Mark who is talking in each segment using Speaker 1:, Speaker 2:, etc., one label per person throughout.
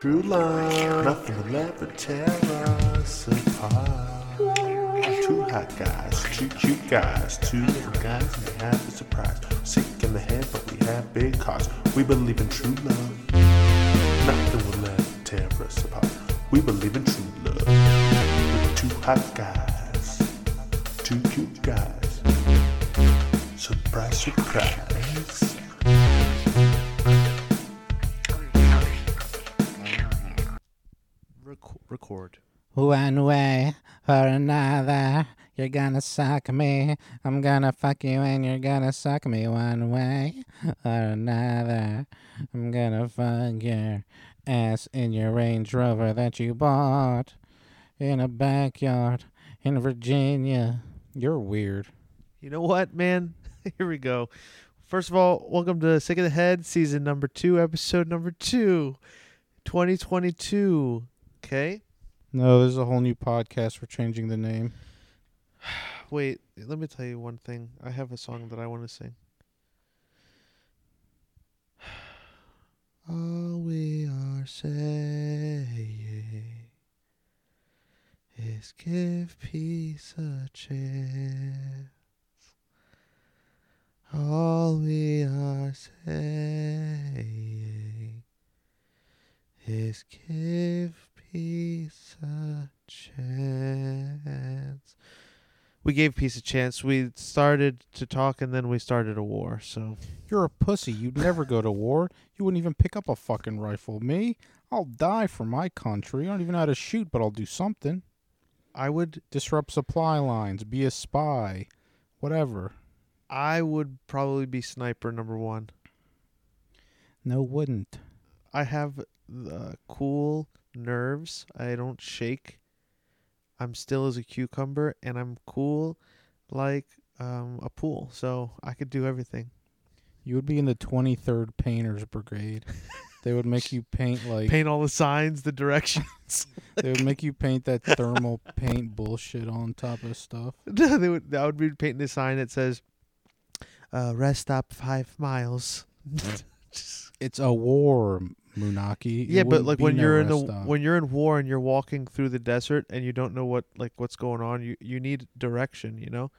Speaker 1: True love, nothing will ever tear us apart. Two hot guys, two cute guys, two little guys, and they have a surprise. Sick in the head, but we have big cars. We believe in true love. Nothing will ever tear us apart. We believe in true love. We're two hot guys, two cute guys. Surprise, surprise.
Speaker 2: Reco- record.
Speaker 3: One way or another, you're gonna suck me. I'm gonna fuck you and you're gonna suck me one way or another. I'm gonna fuck your ass in your Range Rover that you bought in a backyard in Virginia. You're weird.
Speaker 2: You know what, man? Here we go. First of all, welcome to Sick of the Head, season number two, episode number two, 2022. Okay.
Speaker 3: No, there's a whole new podcast. We're changing the name.
Speaker 2: Wait, let me tell you one thing. I have a song that I want to sing. All we are saying is give peace a chance. All we are saying is give peace a chance we gave peace a chance. We started to talk and then we started a war. So
Speaker 3: You're a pussy. You'd never go to war. You wouldn't even pick up a fucking rifle. Me, I'll die for my country. I don't even know how to shoot, but I'll do something.
Speaker 2: I would
Speaker 3: Disrupt supply lines. Be a spy. Whatever.
Speaker 2: I would probably be sniper number 1.
Speaker 3: No, wouldn't.
Speaker 2: I have the cool nerves. I don't shake. I'm still as a cucumber and I'm cool like um, a pool. So I could do everything.
Speaker 3: You would be in the 23rd Painters Brigade. they would make you paint like
Speaker 2: Paint all the signs, the direction.
Speaker 3: they would make you paint that thermal paint bullshit on top of stuff.
Speaker 2: they would I would be painting a sign that says uh, rest stop 5 miles.
Speaker 3: It's a war, Munaki. It
Speaker 2: Yeah, but
Speaker 3: wouldn't
Speaker 2: like
Speaker 3: be
Speaker 2: when
Speaker 3: no
Speaker 2: you're in a,
Speaker 3: rest stop.
Speaker 2: when you're in war and you're walking through the desert and you don't know what like what's going on, you you need direction, you know?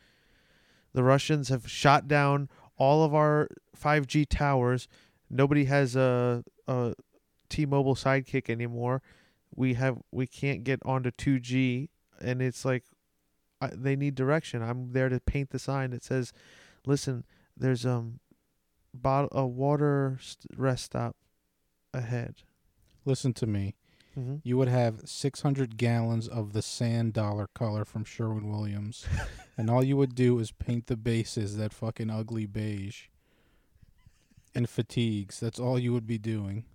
Speaker 2: The Russians have shot down all of our 5G towers. Nobody has a a T-Mobile sidekick anymore. We have we can't get onto 2G and it's like I, they need direction. I'm there to paint the sign that says, "Listen, there's um bottle a water st- rest stop ahead."
Speaker 3: Listen to me.
Speaker 2: Mm-hmm.
Speaker 3: you would have 600 gallons of the sand dollar color from Sherwin Williams, and all you would do is paint the bases that fucking ugly beige and fatigues. That's all you would be doing.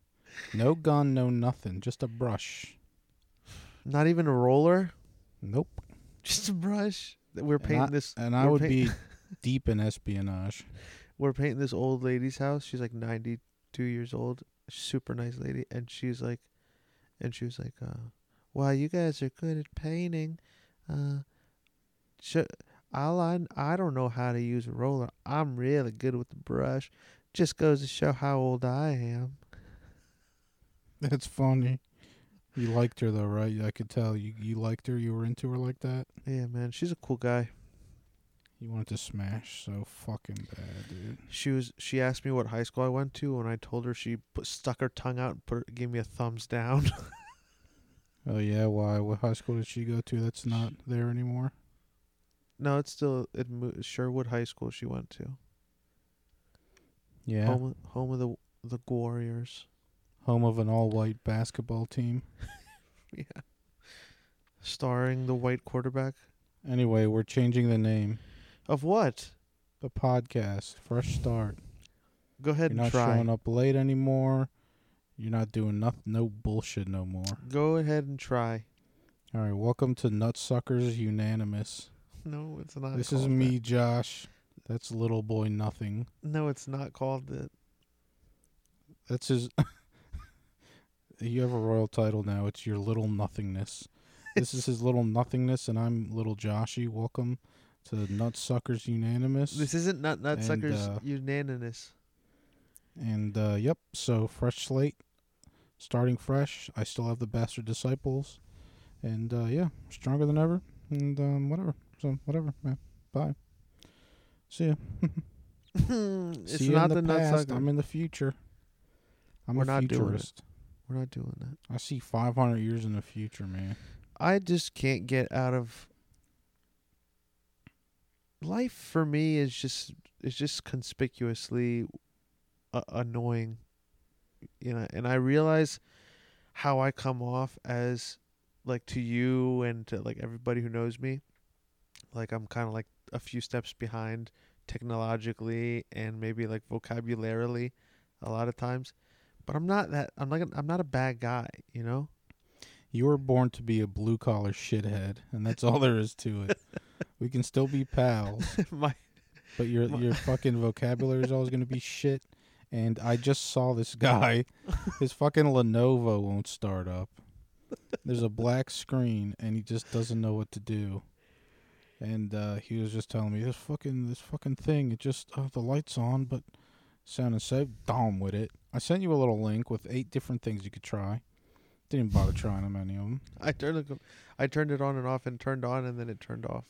Speaker 3: No gun, no nothing, just a brush.
Speaker 2: Not even a roller,
Speaker 3: Nope.
Speaker 2: just a brush. We're
Speaker 3: And I-
Speaker 2: painting this.
Speaker 3: And I
Speaker 2: we're
Speaker 3: would
Speaker 2: paint-
Speaker 3: be deep in espionage.
Speaker 2: We're painting this old lady's house. She's like ninety-two years old. Super nice lady, and she's like, and she was like, uh, "Wow, you guys are good at painting." Uh, should, all I I don't know how to use a roller. I'm really good with the brush. Just goes to show how old I am.
Speaker 3: That's funny. You liked her though, right? I could tell you you liked her. You were into her like that.
Speaker 2: Yeah, man, she's a cool guy.
Speaker 3: You wanted to smash so fucking bad, dude.
Speaker 2: She was. She asked me what high school I went to, and I told her. She put, stuck her tongue out and put her, gave me a thumbs down.
Speaker 3: Oh yeah, why? What high school did she go to? That's not there anymore.
Speaker 2: no, it's still at Mo- Sherwood High School. She went to
Speaker 3: Yeah,
Speaker 2: home home of the the Warriors.
Speaker 3: home of an all-white basketball team.
Speaker 2: Yeah, starring the white quarterback
Speaker 3: Anyway, we're changing the name.
Speaker 2: of what?
Speaker 3: The podcast, fresh start.
Speaker 2: Go ahead
Speaker 3: You're not
Speaker 2: and try.
Speaker 3: showing up late anymore. You're not doing nothing, no bullshit no more.
Speaker 2: Go ahead and try.
Speaker 3: All right, welcome to Nutsuckers Unanimous.
Speaker 2: No, it's not.
Speaker 3: this is
Speaker 2: called
Speaker 3: me, Josh. That's little boy nothing.
Speaker 2: that. No, it's not called that.
Speaker 3: That's his. you have a royal title now. It's your little nothingness. This is his little nothingness, and I'm little Joshy. Welcome to Nutsuckers Unanimous.
Speaker 2: This isn't nut
Speaker 3: And,
Speaker 2: nutsuckers
Speaker 3: uh,
Speaker 2: unanimous.
Speaker 3: And uh, yep, so fresh slate, starting fresh. I still have the bastard disciples, and uh, yeah, stronger than ever. And um, whatever. So whatever, man. Bye. See ya.
Speaker 2: it's
Speaker 3: See ya
Speaker 2: not the,
Speaker 3: in the, past.
Speaker 2: nutsucker.
Speaker 3: I'm in the future. I'm
Speaker 2: We're
Speaker 3: a
Speaker 2: not doing it.
Speaker 3: futurist.
Speaker 2: We're not doing that.
Speaker 3: I see 500 years in the future, man.
Speaker 2: I just can't get out of life for me is just is just conspicuously a- annoying you know and I realize how I come off as like to you and to like everybody who knows me like I'm kind of like a few steps behind technologically and maybe like vocabularily a lot of times but I'm not that I'm like I'm not a bad guy you know
Speaker 3: You were born to be a blue collar shithead, and that's all there is to it. We can still be pals,
Speaker 2: my
Speaker 3: but your
Speaker 2: My-
Speaker 3: your fucking vocabulary is always gonna be shit. And I just saw this guy. His fucking Lenovo won't start up. There's a black screen, and he just doesn't know what to do. And uh, he was just telling me this fucking this fucking thing. It just uh, the lights on, but sound and so dumb with it. I sent you a little link with eight different things you could try. Didn't bother trying them any of them.
Speaker 2: I turned the, co- I turned it on and off and turned on and then it turned off.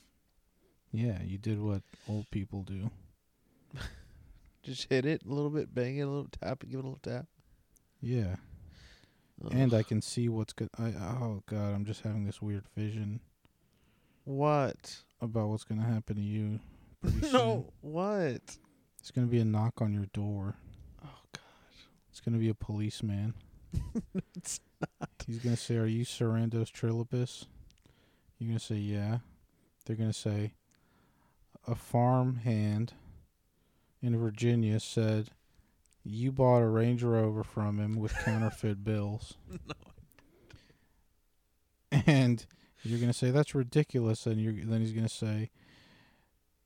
Speaker 3: Yeah, you did what old people do.
Speaker 2: Just hit it a little bit, bang it a little tap, give it a little tap.
Speaker 3: Yeah,
Speaker 2: Ugh.
Speaker 3: and I can see what's going. I oh god, I'm just having this weird vision
Speaker 2: what?
Speaker 3: about what's gonna happen to you. pretty soon.
Speaker 2: no, what?
Speaker 3: it's gonna be a knock on your door.
Speaker 2: Oh god.
Speaker 3: It's gonna be a policeman.
Speaker 2: It's
Speaker 3: He's gonna say, "Are you Sarandos Trilopus?" You're gonna say, "Yeah." They're gonna say, "A farm hand in Virginia said you bought a Range Rover from him with counterfeit bills." And you're gonna say, "That's ridiculous," and you're then he's gonna say.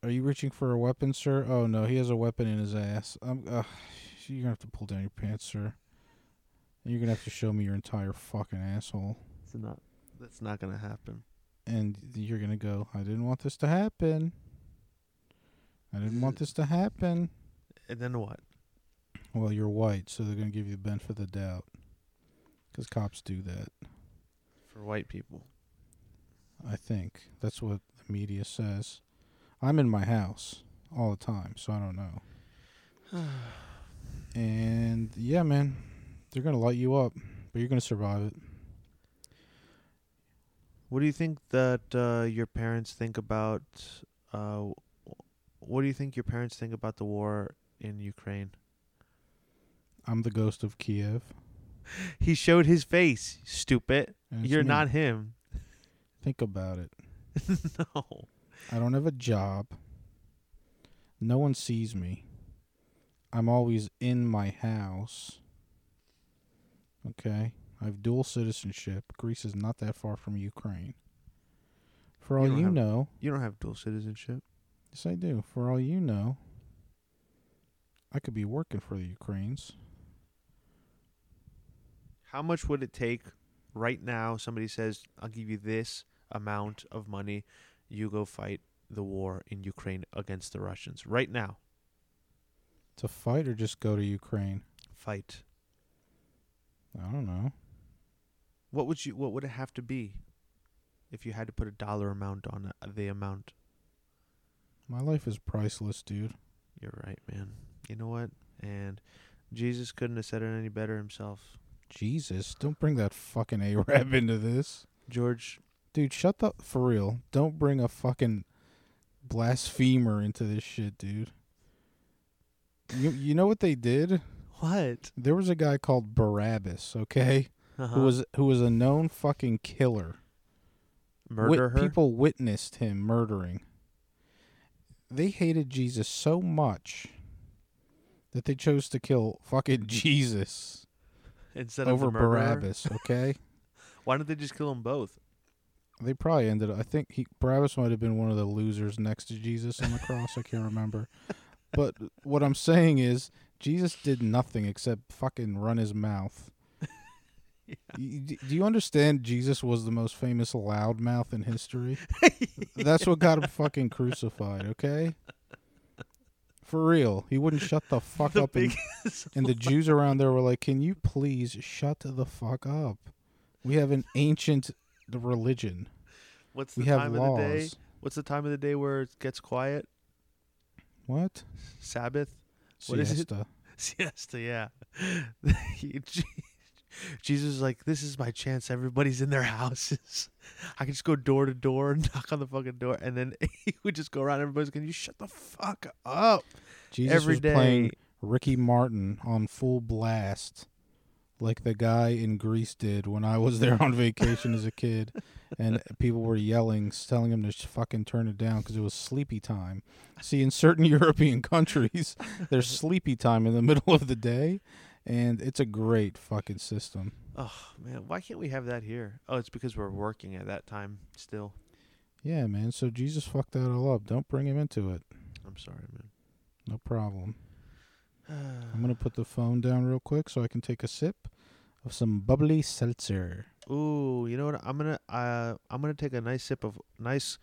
Speaker 3: Are you reaching for a weapon, sir? Oh no, he has a weapon in his ass. I'm, uh, you're gonna have to pull down your pants, sir. And you're gonna have to show me your entire fucking asshole.
Speaker 2: it's not. That's not gonna happen.
Speaker 3: And you're gonna go, I didn't want this to happen. I didn't want this to happen.
Speaker 2: And then what?
Speaker 3: Well, you're white, so they're gonna give you the benefit of the doubt. 'Cause cops do that,
Speaker 2: For white people.
Speaker 3: I think. That's what the media says. I'm in my house all the time, so I don't know. And yeah, man, they're gonna light you up, but you're gonna survive it.
Speaker 2: What do you think that uh, your parents think about? Uh, what do you think your parents think about the war in Ukraine?
Speaker 3: I'm the ghost of Kiev.
Speaker 2: He showed his face. Stupid.
Speaker 3: and it's
Speaker 2: You're
Speaker 3: me.
Speaker 2: not him.
Speaker 3: Think about it.
Speaker 2: no.
Speaker 3: I don't have a job. No one sees me. I'm always in my house. Okay? I have dual citizenship. Greece is not that far from Ukraine. For all
Speaker 2: You don't
Speaker 3: you
Speaker 2: have-
Speaker 3: know,
Speaker 2: You don't have dual citizenship.
Speaker 3: yes, I do. For all you know, I could be working for the Ukraines.
Speaker 2: How much would it take right now? Somebody says, I'll give you this amount of money. You go fight the war in Ukraine against the Russians. Right now,
Speaker 3: To fight or just go to Ukraine?
Speaker 2: fight.
Speaker 3: I don't know.
Speaker 2: What would you what would it have to be if you had to put a dollar amount on uh, the amount?
Speaker 3: My life is priceless, dude.
Speaker 2: You're right, man. You know what? And Jesus couldn't have said it any better himself.
Speaker 3: Jesus, don't bring that fucking Arab into this.
Speaker 2: George,
Speaker 3: Dude, shut the for real. Don't bring a fucking blasphemer into this shit, dude. You you know what they did?
Speaker 2: what?
Speaker 3: There was a guy called Barabbas, okay,
Speaker 2: Uh-huh.
Speaker 3: who was who was a known fucking killer. Wit-
Speaker 2: murder her?
Speaker 3: People witnessed him murdering. They hated Jesus so much that they chose to kill fucking Jesus
Speaker 2: instead
Speaker 3: over
Speaker 2: of the murderer?
Speaker 3: Barabbas, okay?
Speaker 2: Why don't they just kill them both?
Speaker 3: they probably ended up I think he Barabbas might have been one of the losers next to Jesus on the cross, I can't remember. But what I'm saying is Jesus did nothing except fucking run his mouth. Y- y- Do you understand Jesus was the most famous loudmouth in history? That's what got him fucking crucified, okay? For real, he wouldn't shut the fuck
Speaker 2: the
Speaker 3: up. And,
Speaker 2: biggest.
Speaker 3: and the Jews around there were like, "Can you please shut the fuck up? We have an ancient religion.
Speaker 2: What's the
Speaker 3: We have
Speaker 2: time
Speaker 3: laws.
Speaker 2: of the day? What's the time of the day where it gets quiet?
Speaker 3: What?
Speaker 2: Sabbath, What is it?
Speaker 3: Siesta.
Speaker 2: siesta. Yeah. He- Je- Jesus is like, this is my chance. Everybody's in their houses. I can just go door to door and knock on the fucking door, and then he would just go around. Everybody's, can you shut the fuck up?
Speaker 3: Jesus
Speaker 2: Every
Speaker 3: was playing
Speaker 2: day.
Speaker 3: Ricky Martin on full blast, like the guy in Greece did when I was there on vacation as a kid, and people were yelling, telling him to sh- fucking turn it down because it was sleepy time. See, in certain European countries, there's sleepy time in the middle of the day, and it's a great fucking system.
Speaker 2: Oh man, why can't we have that here? Oh, it's because we're working at that time still.
Speaker 3: Yeah, man. So Jesus fucked that all up. Don't bring him into it.
Speaker 2: I'm sorry, man.
Speaker 3: No problem. I'm gonna put the phone down real quick so I can take a sip of some bubbly seltzer.
Speaker 2: Ooh, you know what? I'm gonna uh, I'm gonna take a nice sip of nice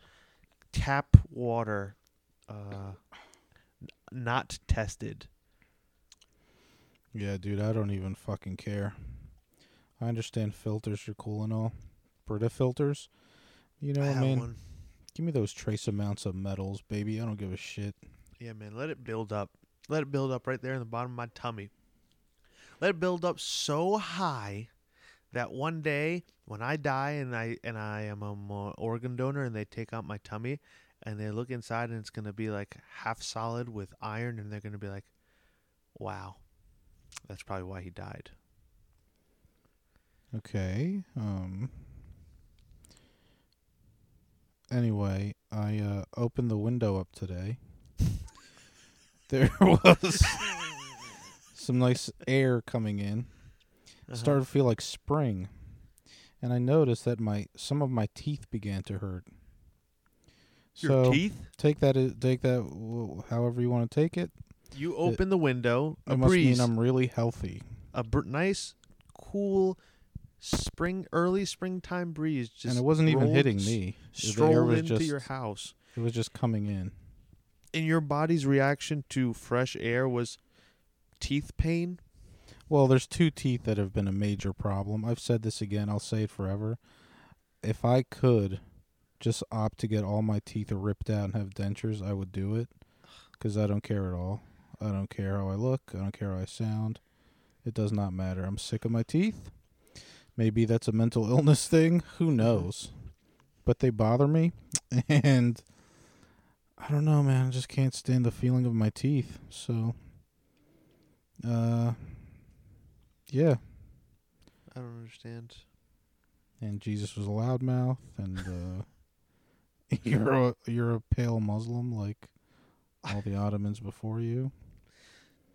Speaker 2: tap water, uh, n- not tested.
Speaker 3: Yeah, dude, I don't even fucking care. I understand filters are cool and all. Brita filters. You know
Speaker 2: I
Speaker 3: what I
Speaker 2: have
Speaker 3: mean?
Speaker 2: one.
Speaker 3: Give me those trace amounts of metals, baby. I don't give a shit.
Speaker 2: Yeah, man. Let it build up. Let it build up right there in the bottom of my tummy. Let it build up so high that one day when I die and I and I am an organ donor and they take out my tummy and they look inside and it's gonna be like half solid with iron and they're gonna be like, "Wow, that's probably why he died."
Speaker 3: Okay. Um Anyway, I uh opened the window up today. there was some nice air coming in.
Speaker 2: Uh-huh.
Speaker 3: started to feel like spring and i noticed that my some of my teeth began to hurt
Speaker 2: your
Speaker 3: so
Speaker 2: teeth.
Speaker 3: take that as- take that w- however you want to take it
Speaker 2: You open the window.
Speaker 3: it
Speaker 2: A
Speaker 3: must
Speaker 2: breeze.
Speaker 3: mean i'm really healthy
Speaker 2: a br- nice, cool spring, early springtime breeze. Just
Speaker 3: and it wasn't even
Speaker 2: rolled
Speaker 3: hitting
Speaker 2: s-
Speaker 3: me The air
Speaker 2: strolled
Speaker 3: was
Speaker 2: into your
Speaker 3: just-
Speaker 2: house,
Speaker 3: it was just coming in
Speaker 2: and your body's reaction to fresh air was teeth pain.
Speaker 3: well there's two teeth that have been a major problem i've said this again i'll say it forever if i could just opt to get all my teeth ripped out and have dentures i would do it because i don't care at all i don't care how i look i don't care how i sound it does not matter i'm sick of my teeth maybe that's a mental illness thing who knows but they bother me and i don't know man i just can't stand the feeling of my teeth so uh yeah
Speaker 2: I don't understand.
Speaker 3: and Jesus was a loudmouth, and uh, you're a, you're a pale Muslim like all the Ottomans before you.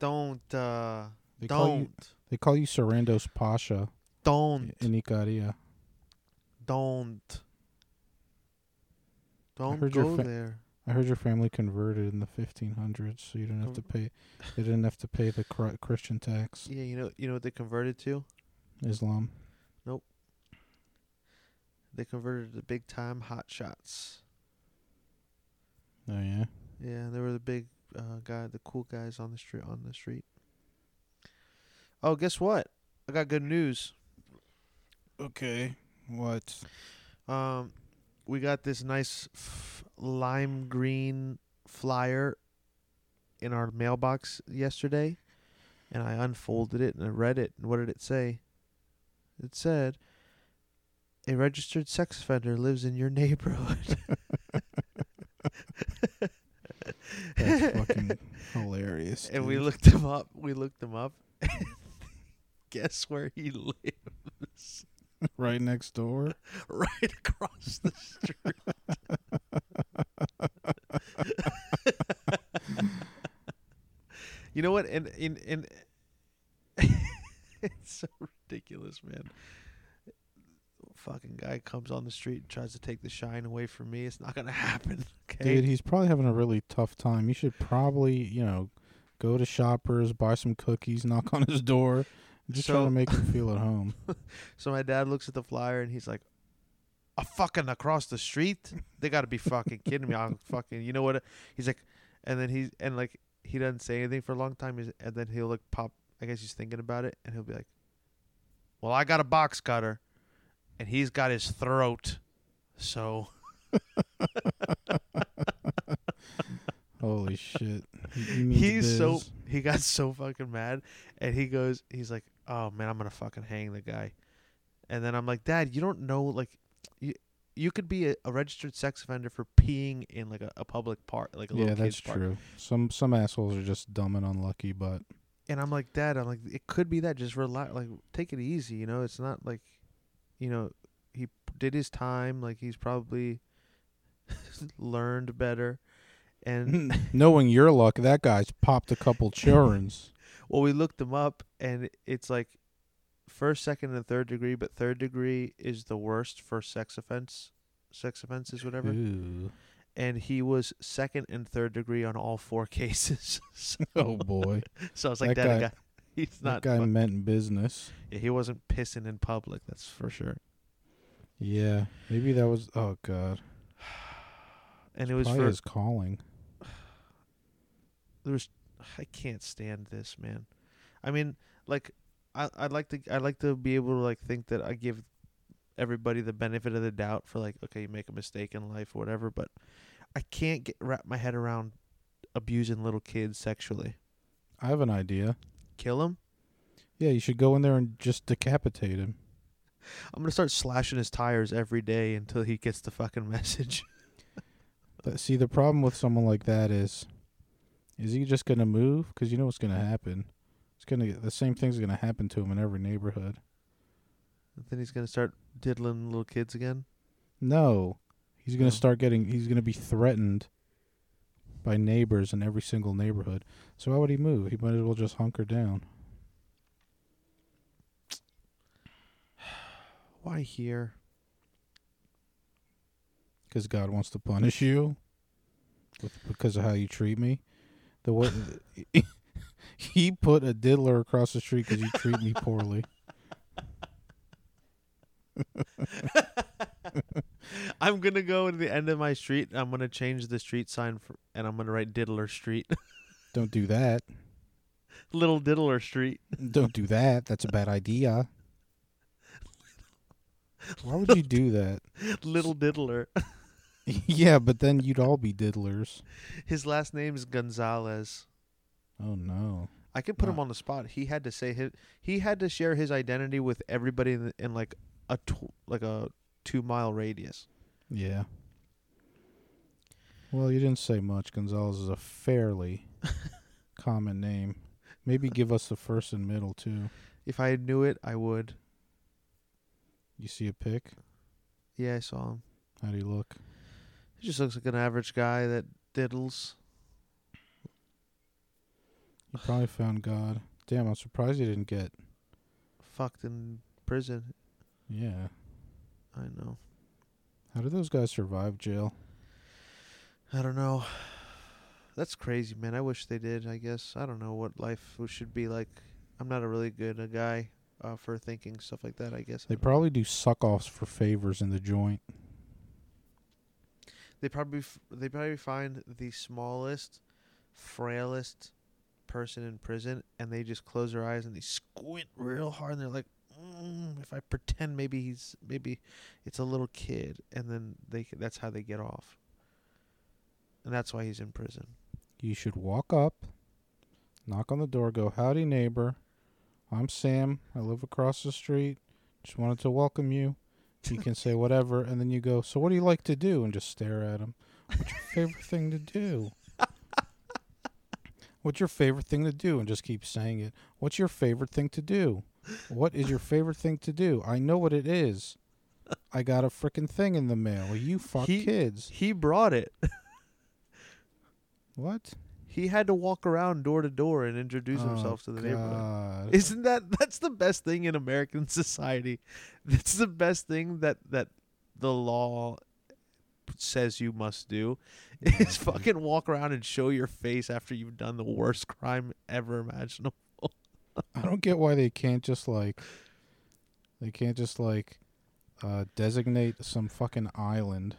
Speaker 2: Don't, uh,
Speaker 3: They call you
Speaker 2: don't,
Speaker 3: they call you Sarandos Pasha
Speaker 2: don't,
Speaker 3: in Icaria.
Speaker 2: don't, don't
Speaker 3: heard your
Speaker 2: go
Speaker 3: fa-
Speaker 2: there.
Speaker 3: I heard your family converted in the 1500s, so you didn't have to pay. They didn't have to pay the cr- Christian tax.
Speaker 2: Yeah, you know, you know what they converted to?
Speaker 3: Islam.
Speaker 2: They converted to big time hot shots.
Speaker 3: Oh yeah.
Speaker 2: Yeah, they were the big uh, guy, the cool guys on the street. On the street. Oh, guess what? I got good news.
Speaker 3: Okay. What?
Speaker 2: Um, we got this nice f- lime green flyer in our mailbox yesterday, and I unfolded it and I read it. And what did it say? It said, "A registered sex offender lives in your neighborhood."
Speaker 3: That's fucking hilarious.
Speaker 2: and we
Speaker 3: dude.
Speaker 2: looked him up. We looked him up. Guess where he lived?
Speaker 3: right next door.
Speaker 2: Right across the street. you know what? And in in it's so ridiculous, man. Fucking guy comes on the street and tries to take the shine away from me. It's not gonna happen. Okay.
Speaker 3: Dude, he's probably having a really tough time. You should probably, you know, go to Shoppers, buy some cookies, knock on his door, and just try
Speaker 2: So-
Speaker 3: to make him feel at home.
Speaker 2: So my dad looks at the flyer and he's like, "A fucking across the street? They got to be fucking kidding me! I'm fucking, you know what?" He's like, and then he's and like he doesn't say anything for a long time, he's, and then he'll like pop. I guess he's thinking about it, and he'll be like, "Well, I got a box cutter, and he's got his throat, so."
Speaker 3: Holy shit. He- he means
Speaker 2: he's so
Speaker 3: biz.
Speaker 2: he got so fucking mad and he goes he's like oh man i'm gonna fucking hang the guy and then i'm like dad you don't know like you you could be a, a registered sex offender for peeing in like a, a public park like a
Speaker 3: Yeah,
Speaker 2: little
Speaker 3: that's
Speaker 2: kid's park."
Speaker 3: true. Some some assholes are just dumb and unlucky, but
Speaker 2: and i'm like dad i'm like it could be that just relax like take it easy you know it's not like you know he p- did his time like he's probably learned better and
Speaker 3: knowing your luck, that guy's popped a couple churns.
Speaker 2: Well, we looked them up, and it's like first, second, and third degree. But third degree is the worst for sex offense, sex offenses, whatever.
Speaker 3: Mm-hmm. Ooh.
Speaker 2: And he was second and third degree on all four cases. so,
Speaker 3: Oh boy.
Speaker 2: so I was like,
Speaker 3: That
Speaker 2: that guy,
Speaker 3: guy-
Speaker 2: he's
Speaker 3: that
Speaker 2: not.
Speaker 3: guy
Speaker 2: fuck-
Speaker 3: meant business.
Speaker 2: yeah, he wasn't pissing in public. That's for sure.
Speaker 3: Yeah. Maybe that was oh god.
Speaker 2: And it was
Speaker 3: Probably
Speaker 2: for
Speaker 3: his calling.
Speaker 2: there was. I can't stand this man. I mean, like, I I'd like to I'd like to be able to like think that I give everybody the benefit of the doubt for like okay you make a mistake in life or whatever, but I can't get wrap my head around abusing little kids sexually.
Speaker 3: I have an idea.
Speaker 2: Kill them.
Speaker 3: Yeah, you should go in there and just decapitate him.
Speaker 2: I'm gonna start slashing his tires every day until he gets the fucking message.
Speaker 3: But see, the problem with someone like that is, is he just gonna move? Because you know what's gonna happen. It's gonna get the same thing's gonna happen to him in every neighborhood.
Speaker 2: then he's gonna start diddling little kids again.
Speaker 3: No, he's gonna
Speaker 2: Oh.
Speaker 3: start getting. He's gonna be threatened by neighbors in every single neighborhood. So why would he move? He might as well just hunker down.
Speaker 2: Why here?
Speaker 3: Because God wants to punish you with, because of how you treat me. The way he put a diddler across the street because you treat me poorly.
Speaker 2: I'm gonna go to the end of my street. and I'm gonna change the street sign for, and I'm gonna write Diddler Street,
Speaker 3: Don't do that.
Speaker 2: Little Diddler Street.
Speaker 3: Don't do that. That's a bad idea. Why would you do that?
Speaker 2: Little Diddler.
Speaker 3: yeah, but then you'd all be diddlers.
Speaker 2: His last name is Gonzalez.
Speaker 3: Oh no.
Speaker 2: I could put him
Speaker 3: Wow.
Speaker 2: on the spot. He had to say his. He had to share his identity with everybody in, the, in like a tw- like a two mile radius.
Speaker 3: Yeah. Well, you didn't say much. Gonzalez is a fairly common name. Maybe give us the first and middle too.
Speaker 2: If I knew it, I would.
Speaker 3: You see a pic?
Speaker 2: Yeah, I saw him.
Speaker 3: How do you look?
Speaker 2: He just looks like an average guy that diddles.
Speaker 3: You probably found God. Damn, I'm surprised you didn't get.
Speaker 2: Fucked in prison.
Speaker 3: Yeah.
Speaker 2: I know.
Speaker 3: How did those guys survive jail?
Speaker 2: I don't know. That's crazy, man. I wish they did. I guess I don't know what life should be like. I'm not a really good uh, guy uh, for thinking stuff like that. I guess
Speaker 3: They probably do suck offs for favors in the joint.
Speaker 2: they probably f- they probably find the smallest, frailest person in prison, and they just close their eyes and they squint real hard, and they're like, mm, "If I pretend, maybe he's maybe it's a little kid," and then they c- that's how they get off, and that's why he's in prison.
Speaker 3: You should walk up, knock on the door, go, Howdy, neighbor. I'm Sam. I live across the street. Just wanted to welcome you. You can say whatever, and then you go, So, what do you like to do? And just stare at him. What's your favorite thing to do? What's your favorite thing to do? And just keep saying it. What's your favorite thing to do? What is your favorite thing to do? I know what it is. I got a freaking thing in the mail. You fuck
Speaker 2: He-
Speaker 3: kids.
Speaker 2: He brought it.
Speaker 3: What?
Speaker 2: He had to walk around door to door and introduce
Speaker 3: Oh,
Speaker 2: himself to the neighborhood.
Speaker 3: God.
Speaker 2: Isn't that that's the best thing in American society? That's the best thing that that the law says you must do is
Speaker 3: dude.
Speaker 2: fucking walk around and show your face after you've done the worst crime ever imaginable.
Speaker 3: I don't get why they can't just like they can't just like uh, designate some fucking island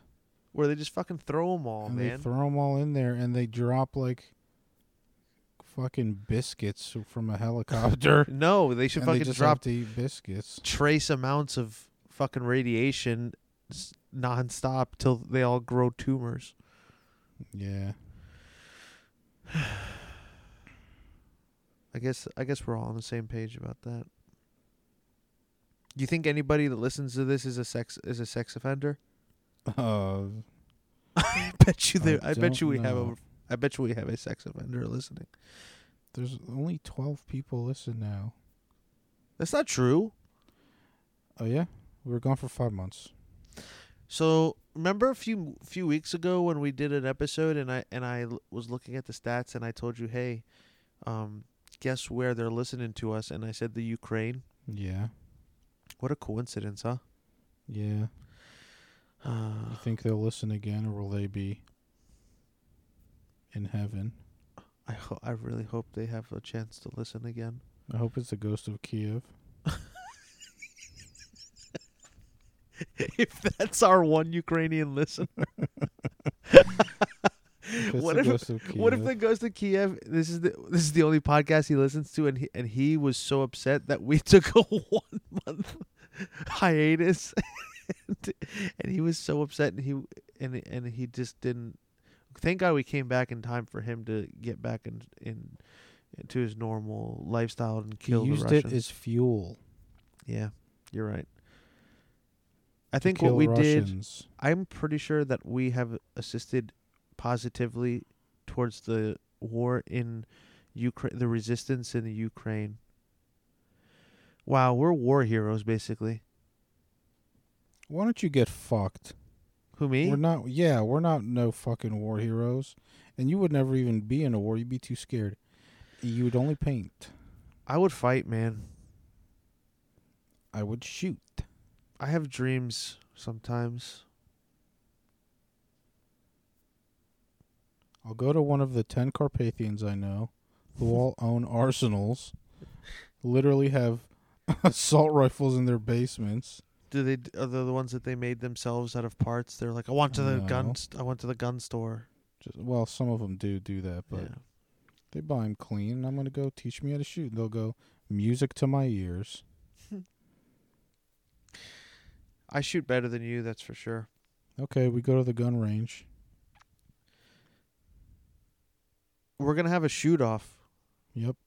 Speaker 2: Where they just fucking throw them all,
Speaker 3: and they
Speaker 2: Oh, man.
Speaker 3: throw them all in there and they drop like fucking biscuits from a helicopter.
Speaker 2: No, they should
Speaker 3: and
Speaker 2: fucking
Speaker 3: they just
Speaker 2: drop
Speaker 3: have to eat biscuits.
Speaker 2: trace amounts of fucking radiation s- nonstop till they all grow tumors.
Speaker 3: Yeah.
Speaker 2: I guess I guess we're all on the same page about that. Do you think anybody that listens to this is a sex is a sex offender?
Speaker 3: Uh,
Speaker 2: I bet you
Speaker 3: I
Speaker 2: there. I, bet
Speaker 3: don't
Speaker 2: you we have a.
Speaker 3: know.
Speaker 2: I bet you we have a sex offender listening.
Speaker 3: there's only twelve people listen now.
Speaker 2: That's not true.
Speaker 3: Oh yeah, we were gone for five months.
Speaker 2: So remember a few few weeks ago when we did an episode and I and I l- was looking at the stats and I told you, hey, um, guess where they're listening to us? And I said the Ukraine.
Speaker 3: Yeah.
Speaker 2: What a coincidence, huh?
Speaker 3: Yeah.
Speaker 2: Uh,
Speaker 3: You think they'll listen again, or will they be in heaven?
Speaker 2: I ho- I really hope they have a chance to listen again.
Speaker 3: I hope it's the ghost of Kiev.
Speaker 2: if that's our one Ukrainian listener,
Speaker 3: If it's
Speaker 2: What
Speaker 3: the
Speaker 2: if-
Speaker 3: ghost of Kiev.
Speaker 2: what if the ghost of Kiev? This is the this is the only podcast he listens to, and he, and he was so upset that we took a one month hiatus, and, and he was so upset, and he and and he just didn't. Thank God we came back in time for him to get back in in into his normal lifestyle and
Speaker 3: he
Speaker 2: kill the
Speaker 3: used it
Speaker 2: Russians.
Speaker 3: as fuel?
Speaker 2: yeah, you're right. I
Speaker 3: to
Speaker 2: think what
Speaker 3: kill
Speaker 2: we did.
Speaker 3: Russians.
Speaker 2: I'm pretty sure that we have assisted positively towards the war in Ukraine, the resistance in the Ukraine. Wow, we're war heroes basically.
Speaker 3: Why don't you get fucked?
Speaker 2: Who me?
Speaker 3: We're not. Yeah, we're not no fucking war heroes, and you would never even be in a war. You'd be too scared. You would only paint.
Speaker 2: I would fight, man.
Speaker 3: I would shoot.
Speaker 2: I have dreams sometimes.
Speaker 3: I'll go to one of the ten Carpathians I know, who all own arsenals, literally have assault rifles in their basements.
Speaker 2: Do they are they the ones that they made themselves out of parts? They're like, I want to the
Speaker 3: No.
Speaker 2: gun. St- I went to the gun store.
Speaker 3: Just, well, some of them do do that, but
Speaker 2: yeah.
Speaker 3: they buy them clean. And I'm gonna go teach me how to shoot. And they'll go music to my ears.
Speaker 2: I shoot better than you, that's for sure.
Speaker 3: Okay, we go to the gun range.
Speaker 2: We're gonna have a shoot off,
Speaker 3: Yep.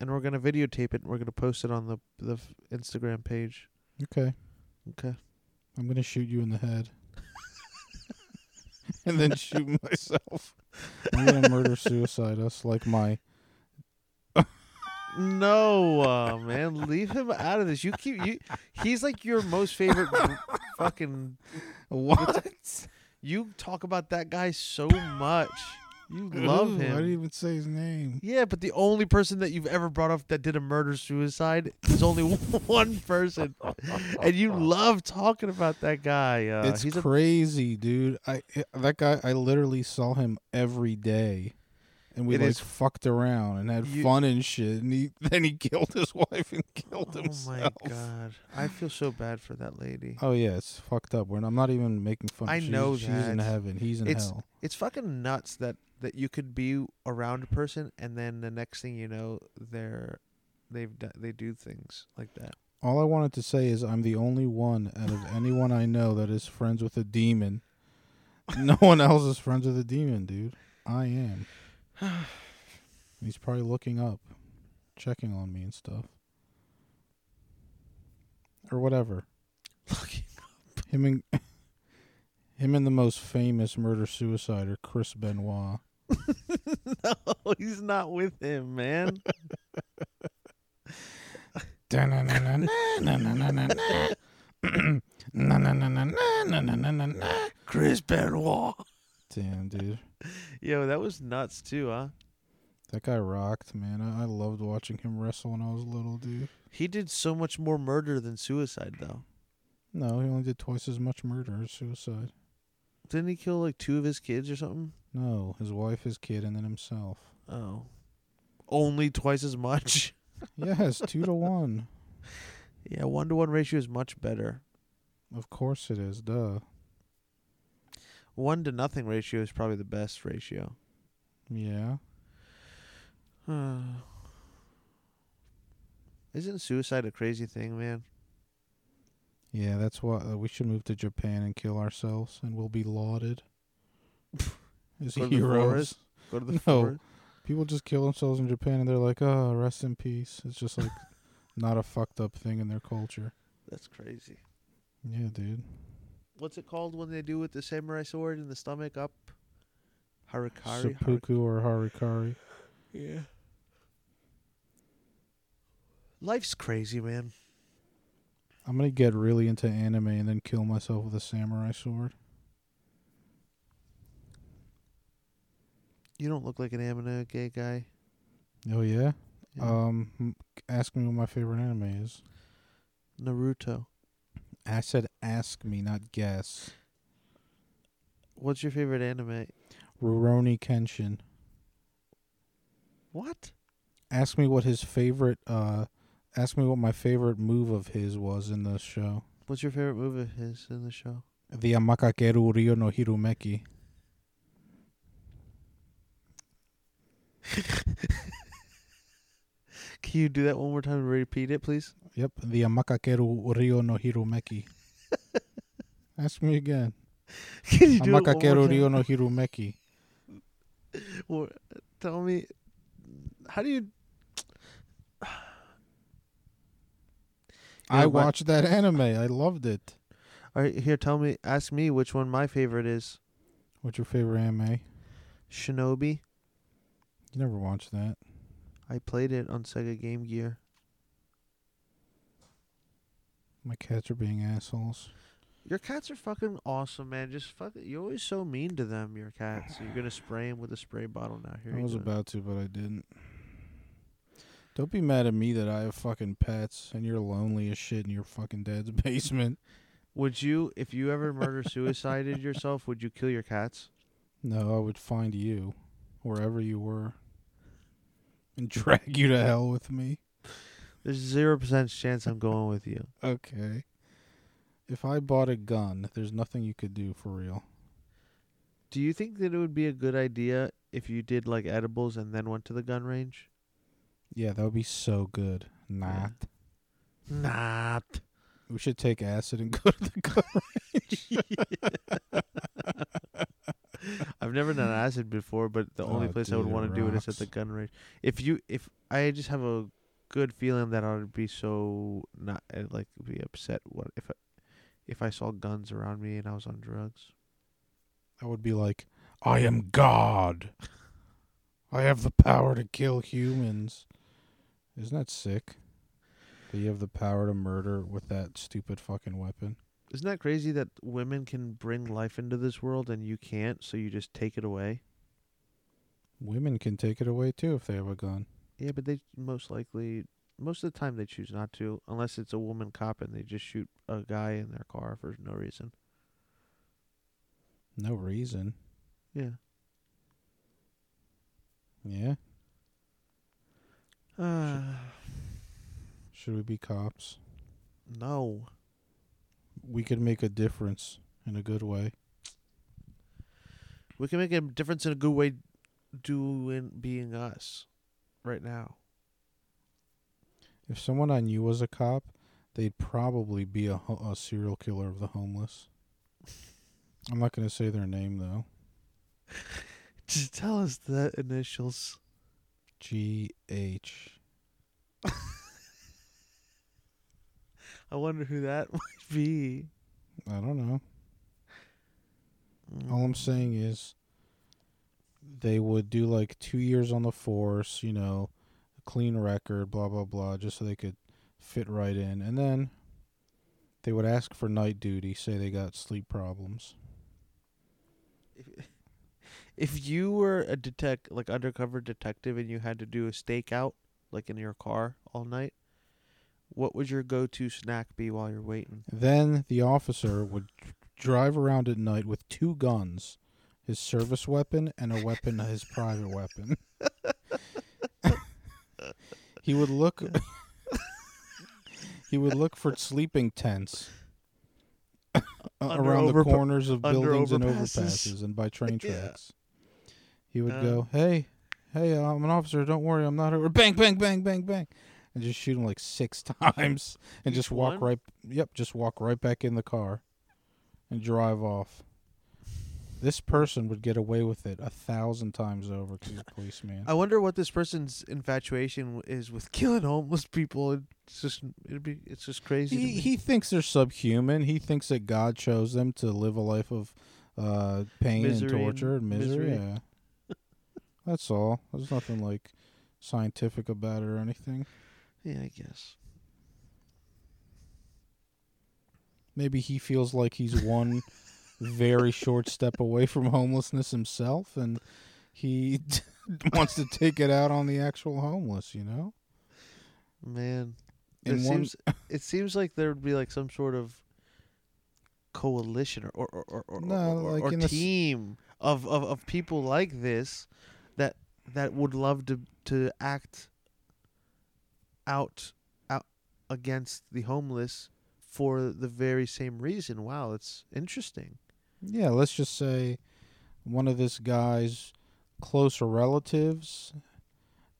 Speaker 2: and we're gonna videotape it, and we're gonna post it on the the f- Instagram page.
Speaker 3: Okay.
Speaker 2: Okay.
Speaker 3: I'm gonna shoot you in the head, and then shoot myself. I'm gonna murder suicide us like my.
Speaker 2: No, uh, man, leave him out of this. You keep you. He's like your most favorite b- fucking.
Speaker 3: What?
Speaker 2: You talk about that guy so much. You love
Speaker 3: I didn't
Speaker 2: him.
Speaker 3: even say his name.
Speaker 2: Yeah, but the only person that you've ever brought up that did a murder suicide is only one person, and you love talking about that guy. Uh,
Speaker 3: it's
Speaker 2: he's
Speaker 3: crazy, dude. I it- that guy. I literally saw him every day, and we
Speaker 2: It
Speaker 3: like
Speaker 2: is-
Speaker 3: fucked around and had
Speaker 2: You-
Speaker 3: fun and shit. And he then he killed his wife and
Speaker 2: a.
Speaker 3: killed
Speaker 2: Oh my
Speaker 3: himself.
Speaker 2: god, I feel so bad for that lady.
Speaker 3: Oh yeah, it's fucked up. We're, I'm not even making fun.
Speaker 2: I
Speaker 3: of she's-
Speaker 2: know
Speaker 3: she's in
Speaker 2: that.
Speaker 3: heaven. He's in
Speaker 2: It's-
Speaker 3: hell.
Speaker 2: it's fucking nuts that that you could be around a person and then the next thing you know they're they've d- they do things like that
Speaker 3: All I wanted to say is I'm the only one out of anyone I know that is friends with a demon. No one else is friends with a demon, dude. I am. He's probably looking up, checking on me and stuff. Or whatever. Him and him and the most famous murder suicider, Chris Benoit.
Speaker 2: no he's not with him man chris benoit
Speaker 3: Damn, dude.
Speaker 2: yo that was nuts too huh
Speaker 3: That guy rocked, man. I, I loved watching him wrestle when I was little, dude.
Speaker 2: he did so much more murder than suicide though
Speaker 3: No, he only did twice as much murder as suicide.
Speaker 2: didn't he kill like two of his kids or something
Speaker 3: No, his wife, his kid, and then himself.
Speaker 2: oh only twice as much
Speaker 3: Yes, two to one.
Speaker 2: yeah one to one ratio is much better
Speaker 3: Of course it is, duh.
Speaker 2: one to nothing ratio is probably the best ratio
Speaker 3: Yeah.
Speaker 2: Isn't suicide a crazy thing, man?
Speaker 3: Yeah, that's why uh, we should move to Japan and kill ourselves, and we'll be lauded as
Speaker 2: Go to the
Speaker 3: heroes.
Speaker 2: forest? Go to the
Speaker 3: No.
Speaker 2: forest.
Speaker 3: People just kill themselves in Japan, and they're like, "Oh, rest in peace." It's just like not a fucked up thing in their culture.
Speaker 2: That's crazy.
Speaker 3: Yeah, dude.
Speaker 2: What's it called when they do with the samurai sword in the stomach up? Harikari. Harik-
Speaker 3: Seppuku or harikari.
Speaker 2: yeah. Life's crazy, man.
Speaker 3: I'm gonna get really into anime and then kill myself with a samurai sword.
Speaker 2: You don't look like an anime gay guy.
Speaker 3: Oh yeah.
Speaker 2: Yeah.
Speaker 3: Um, m- ask me what my favorite anime is.
Speaker 2: Naruto.
Speaker 3: I said ask me, not guess.
Speaker 2: What's your favorite anime?
Speaker 3: Rurouni Kenshin.
Speaker 2: What?
Speaker 3: Ask me what his favorite. Uh, ask me what my favorite move of his was in the show.
Speaker 2: What's your favorite move of his in the show?
Speaker 3: The Amakakeru Ryo no Hirumeki.
Speaker 2: Can you do that one more time and repeat it, please?
Speaker 3: Yep, the Amakakeru Ryo no Hirumeki. ask me again.
Speaker 2: Can you do it one more
Speaker 3: Amakakeru
Speaker 2: time?
Speaker 3: Ryo no Hirumeki.
Speaker 2: Well, tell me, how do you?
Speaker 3: I
Speaker 2: what?
Speaker 3: watched that anime. I loved it.
Speaker 2: All right, here, tell me, ask me which one my favorite is.
Speaker 3: What's your favorite anime?
Speaker 2: Shinobi.
Speaker 3: You never watched that.
Speaker 2: I played it on Sega Game Gear.
Speaker 3: My cats are being assholes.
Speaker 2: Your cats are fucking awesome, man. Just fuck. You're always so mean to them. Your cats. You're gonna spray them with a spray bottle now. Here
Speaker 3: I
Speaker 2: you
Speaker 3: was
Speaker 2: go.
Speaker 3: about to, but I didn't. Don't be mad at me that I have fucking pets and you're lonely as shit in your fucking dad's basement.
Speaker 2: Would you, if you ever murder suicided yourself, would you kill your cats?
Speaker 3: No, I would find you wherever you were and drag you to hell with me.
Speaker 2: There's zero percent chance I'm going with you.
Speaker 3: Okay. If I bought a gun, there's nothing you could do for real.
Speaker 2: Do you think that it would be a good idea if you did like edibles and then went to the gun range?
Speaker 3: Yeah, that would be so good. Nah.
Speaker 2: Yeah. Nah.
Speaker 3: We should take acid and go to the gun.
Speaker 2: I've never done acid before, but the only
Speaker 3: Mm. Oh,
Speaker 2: place I would
Speaker 3: dude, it
Speaker 2: want to do it is at the
Speaker 3: rocks.
Speaker 2: gun range. If you, if I just have a good feeling that I'd be so not I'd, like be upset what if I, if I saw guns around me and I was on drugs.
Speaker 3: I would be like, I am God. I have the power to kill humans. Isn't that sick? That you have the power to murder with that stupid fucking weapon.
Speaker 2: Isn't that crazy that women can bring life into this world and you can't, so you just take it away?
Speaker 3: Women can take it away too if they have a gun.
Speaker 2: Yeah, but they most likely most of the time they choose not to, unless it's a woman cop and they just shoot a guy in their car for no reason.
Speaker 3: No reason.
Speaker 2: Yeah.
Speaker 3: Yeah?
Speaker 2: Uh,
Speaker 3: Should we be cops?
Speaker 2: no.
Speaker 3: We could make a difference in a good way.
Speaker 2: We can make a difference in a good way doing being us right now.
Speaker 3: If someone I knew was a cop, they'd probably be a, ho- a serial killer of the homeless. I'm not going to say their name though.
Speaker 2: Just tell us the initials.
Speaker 3: G H.
Speaker 2: I wonder who that might be.
Speaker 3: I don't know. All I'm saying is they would do like two years on the force, you know, clean record, blah, blah, blah, just so they could fit right in. And then they would ask for night duty, say they got sleep problems.
Speaker 2: If, if you were a detect like undercover detective and you had to do a stakeout like in your car all night, what would your go-to snack be while you're waiting?
Speaker 3: Then the officer would dr- drive around at night with two guns his service weapon and a weapon, his private weapon. he would look. he would look for sleeping tents a-
Speaker 2: Under
Speaker 3: around the
Speaker 2: overpa-
Speaker 3: corners of
Speaker 2: under
Speaker 3: buildings and
Speaker 2: overpasses.
Speaker 3: overpasses and by train
Speaker 2: Yeah.
Speaker 3: tracks. He would
Speaker 2: Uh.
Speaker 3: go, "Hey, "Hey, uh, I'm an officer. Don't worry, I'm not hurt." Bang, bang, bang, bang, bang, and just shoot him like six times, and just
Speaker 2: one?
Speaker 3: walk right. Yep, just walk right back in the car, and drive off. This person would get away with it a thousand times over because he's a policeman.
Speaker 2: I wonder what this person's infatuation w- is with killing homeless people. It's just it'd be it's just crazy. to
Speaker 3: he,
Speaker 2: me.
Speaker 3: he thinks they're subhuman. He thinks that God chose them to live a life of uh, pain
Speaker 2: Misery
Speaker 3: and
Speaker 2: and
Speaker 3: torture and misery.
Speaker 2: misery.
Speaker 3: Yeah, that's all. There's nothing like scientific about it or anything.
Speaker 2: yeah, I guess.
Speaker 3: Maybe he feels like he's one very short step away from homelessness himself, and he wants to take it out on the actual homeless. You know,
Speaker 2: Man, it
Speaker 3: In one-
Speaker 2: seems it seems like there would be like some sort of coalition or or or or, or,
Speaker 3: No,
Speaker 2: or-
Speaker 3: like
Speaker 2: or
Speaker 3: in a s-
Speaker 2: team of, of of people like this that that would love to to act out out against the homeless for the very same reason. Wow, it's interesting.
Speaker 3: Yeah, let's just say one of this guy's closer relatives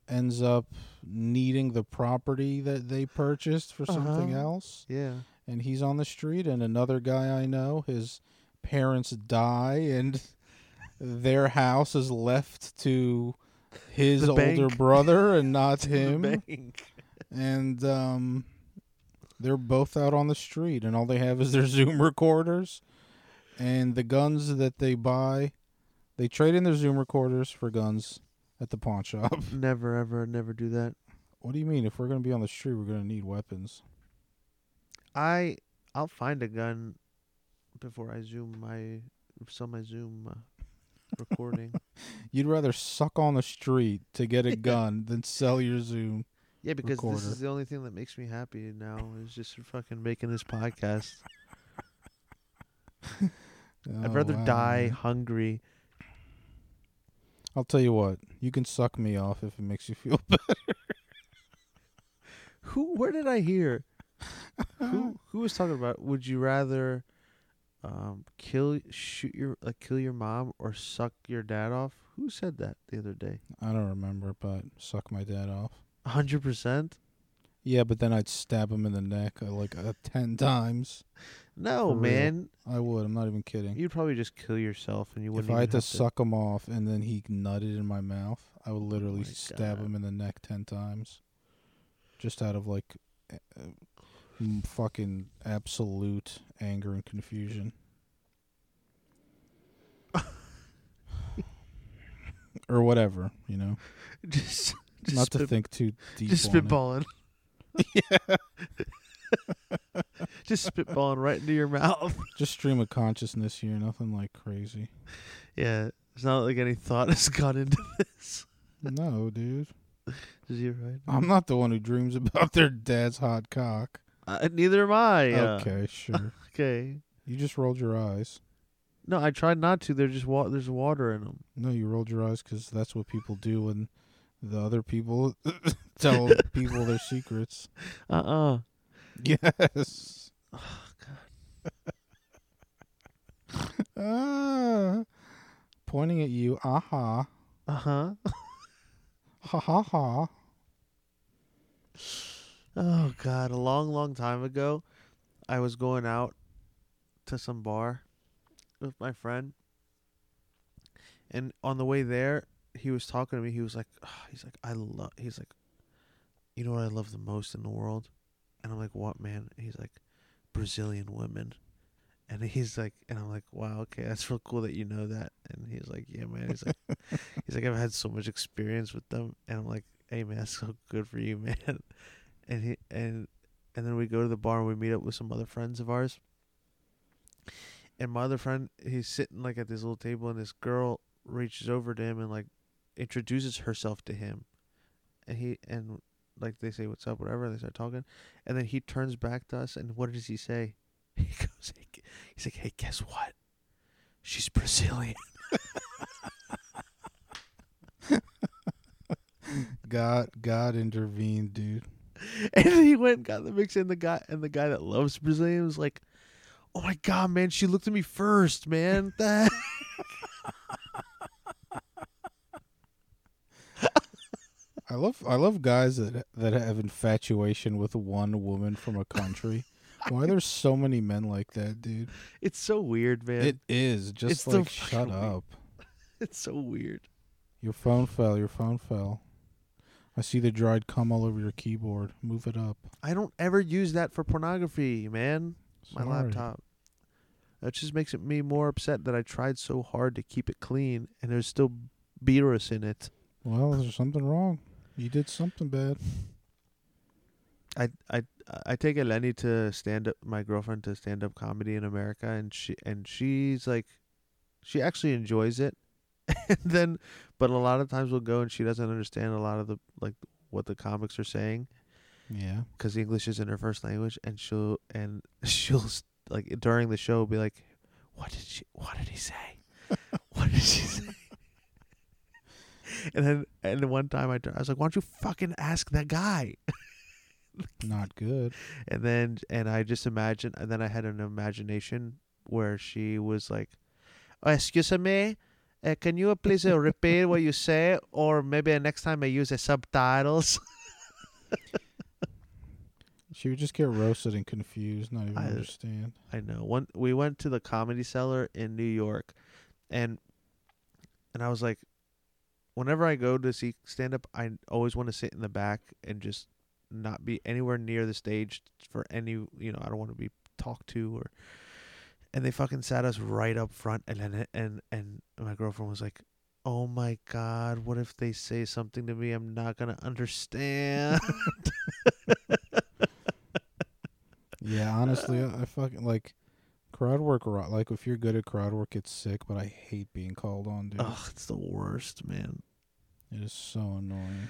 Speaker 3: ends up needing the property that they purchased for something
Speaker 2: Uh-huh.
Speaker 3: else
Speaker 2: Yeah.
Speaker 3: and he's on the street and another guy I know his parents die and their house is left to his
Speaker 2: The
Speaker 3: older
Speaker 2: bank.
Speaker 3: brother and not him
Speaker 2: The bank.
Speaker 3: and um, they're both out on the street, and all they have is their Zoom recorders and the guns that they buy. They trade in their Zoom recorders for guns at the pawn shop.
Speaker 2: Never ever never do that.
Speaker 3: What do you mean? If we're gonna be on the street, we're gonna need weapons.
Speaker 2: I I'll find a gun before I zoom my sell my zoom uh, recording.
Speaker 3: You'd rather suck on the street to get a gun than sell your Zoom.
Speaker 2: yeah, because this
Speaker 3: Recorder.
Speaker 2: is the only thing that makes me happy now is just fucking making this podcast.
Speaker 3: Oh,
Speaker 2: I'd rather
Speaker 3: wow.
Speaker 2: die hungry.
Speaker 3: I'll tell you what. You can suck me off if it makes you feel better.
Speaker 2: Who? Where did I hear? who? Who was talking about? Would you rather um kill shoot your like kill your mom or suck your dad off? Who said that the other day?
Speaker 3: I don't remember, but suck my dad off.
Speaker 2: A Hundred percent.
Speaker 3: Yeah, but then I'd stab him in the neck uh, like uh, ten times.
Speaker 2: No,
Speaker 3: For real.
Speaker 2: man.
Speaker 3: I would. I'm not even kidding.
Speaker 2: You'd probably just kill yourself, and you wouldn't.
Speaker 3: if I
Speaker 2: even
Speaker 3: had to
Speaker 2: have
Speaker 3: suck him off and then he nutted in my mouth, I would literally
Speaker 2: Oh my
Speaker 3: stab
Speaker 2: God.
Speaker 3: him in the neck ten times, just out of like uh, uh, m- fucking absolute anger and confusion. or whatever, you know.
Speaker 2: just, just
Speaker 3: not to
Speaker 2: spit-
Speaker 3: think too deep.
Speaker 2: just
Speaker 3: on it.
Speaker 2: spitballing. yeah. just spitballing right into your mouth.
Speaker 3: Just stream of consciousness here, nothing like crazy.
Speaker 2: Yeah. It's not like any thought has gone into this.
Speaker 3: no, dude.
Speaker 2: Zero.
Speaker 3: I'm not the one who dreams about their dad's hot cock.
Speaker 2: Uh, neither am I. uh,
Speaker 3: Okay, sure.
Speaker 2: okay.
Speaker 3: you just rolled your eyes.
Speaker 2: No, I tried not to. They're just wa- there's water in them.
Speaker 3: No, you rolled your eyes because that's what people do when the other people tell people their secrets.
Speaker 2: Uh-uh.
Speaker 3: Yes. Oh, God. pointing at you. Aha.
Speaker 2: Uh-huh.
Speaker 3: Ha ha ha.
Speaker 2: Oh god, a long long time ago, I was going out to some bar with my friend. And on the way there, he was talking to me. He was like, "Ah," he's like, I love, he's like, you know what I love the most in the world? And I'm like, what, man? And he's like, Brazilian women. And he's like, and I'm like, wow, okay, that's real cool that you know that. And he's like, yeah, man. He's like, he's like, I've had so much experience with them. And I'm like, hey, man, that's so good for you, man. And he and and then we go to the bar and we meet up with some other friends of ours. And my other friend, he's sitting like at this little table, and this girl reaches over to him and like introduces herself to him, and he and like they say what's up, whatever. They start talking, and then he turns back to us, and what does he say? He goes, hey, gu- he's like, hey, guess what? She's Brazilian.
Speaker 3: God, God intervened, dude.
Speaker 2: And then he went and got the mix, and the guy and the guy that loves Brazilian was like, oh my god, man, she looked at me first, man. What the heck?"
Speaker 3: I love I love guys that that have infatuation with one woman from a country. Why are there so many men like that, dude?
Speaker 2: It's so weird, man.
Speaker 3: It is just
Speaker 2: It's the
Speaker 3: like shut
Speaker 2: fucking-
Speaker 3: up.
Speaker 2: it's so weird.
Speaker 3: Your phone fell. Your phone fell. I see the dried cum all over your keyboard. Move it up.
Speaker 2: I don't ever use that for pornography, man. My
Speaker 3: Sorry.
Speaker 2: laptop. That just makes it me more upset that I tried so hard to keep it clean and there's still beerus in it.
Speaker 3: Well, there's something wrong. You did something bad.
Speaker 2: I I I take Eleni to stand up my girlfriend to stand up comedy in America and she and she's like she actually enjoys it. and then but a lot of times we'll go and she doesn't understand a lot of the like what the comics are saying
Speaker 3: Yeah.
Speaker 2: cuz English isn't her first language and she'll and she'll s- like during the show be like what did she what did he say? what did she say? and then and then one time I, tur- I was like why don't you fucking ask that guy?
Speaker 3: Not good.
Speaker 2: and then and I just imagine and then I had an imagination where she was like, oh, "Excuse me, uh, can you please uh, repeat what you say, or maybe uh, next time I use the subtitles."
Speaker 3: She would just get roasted and confused, not even
Speaker 2: I-
Speaker 3: understand.
Speaker 2: I know. One we went to the Comedy Cellar in New York, and and I was like, whenever I go to see stand up, I always want to sit in the back and just not be anywhere near the stage for any you know I don't want to be talked to or. And they fucking sat us right up front, and then and and my girlfriend was like, "Oh my god, what if they say something to me I'm not gonna understand?"
Speaker 3: Yeah, honestly, I, I fucking like crowd work. ro- Like, if you're good at crowd work, it's sick. But I hate being called on, dude.
Speaker 2: Ugh, it's the worst, man.
Speaker 3: It is so annoying.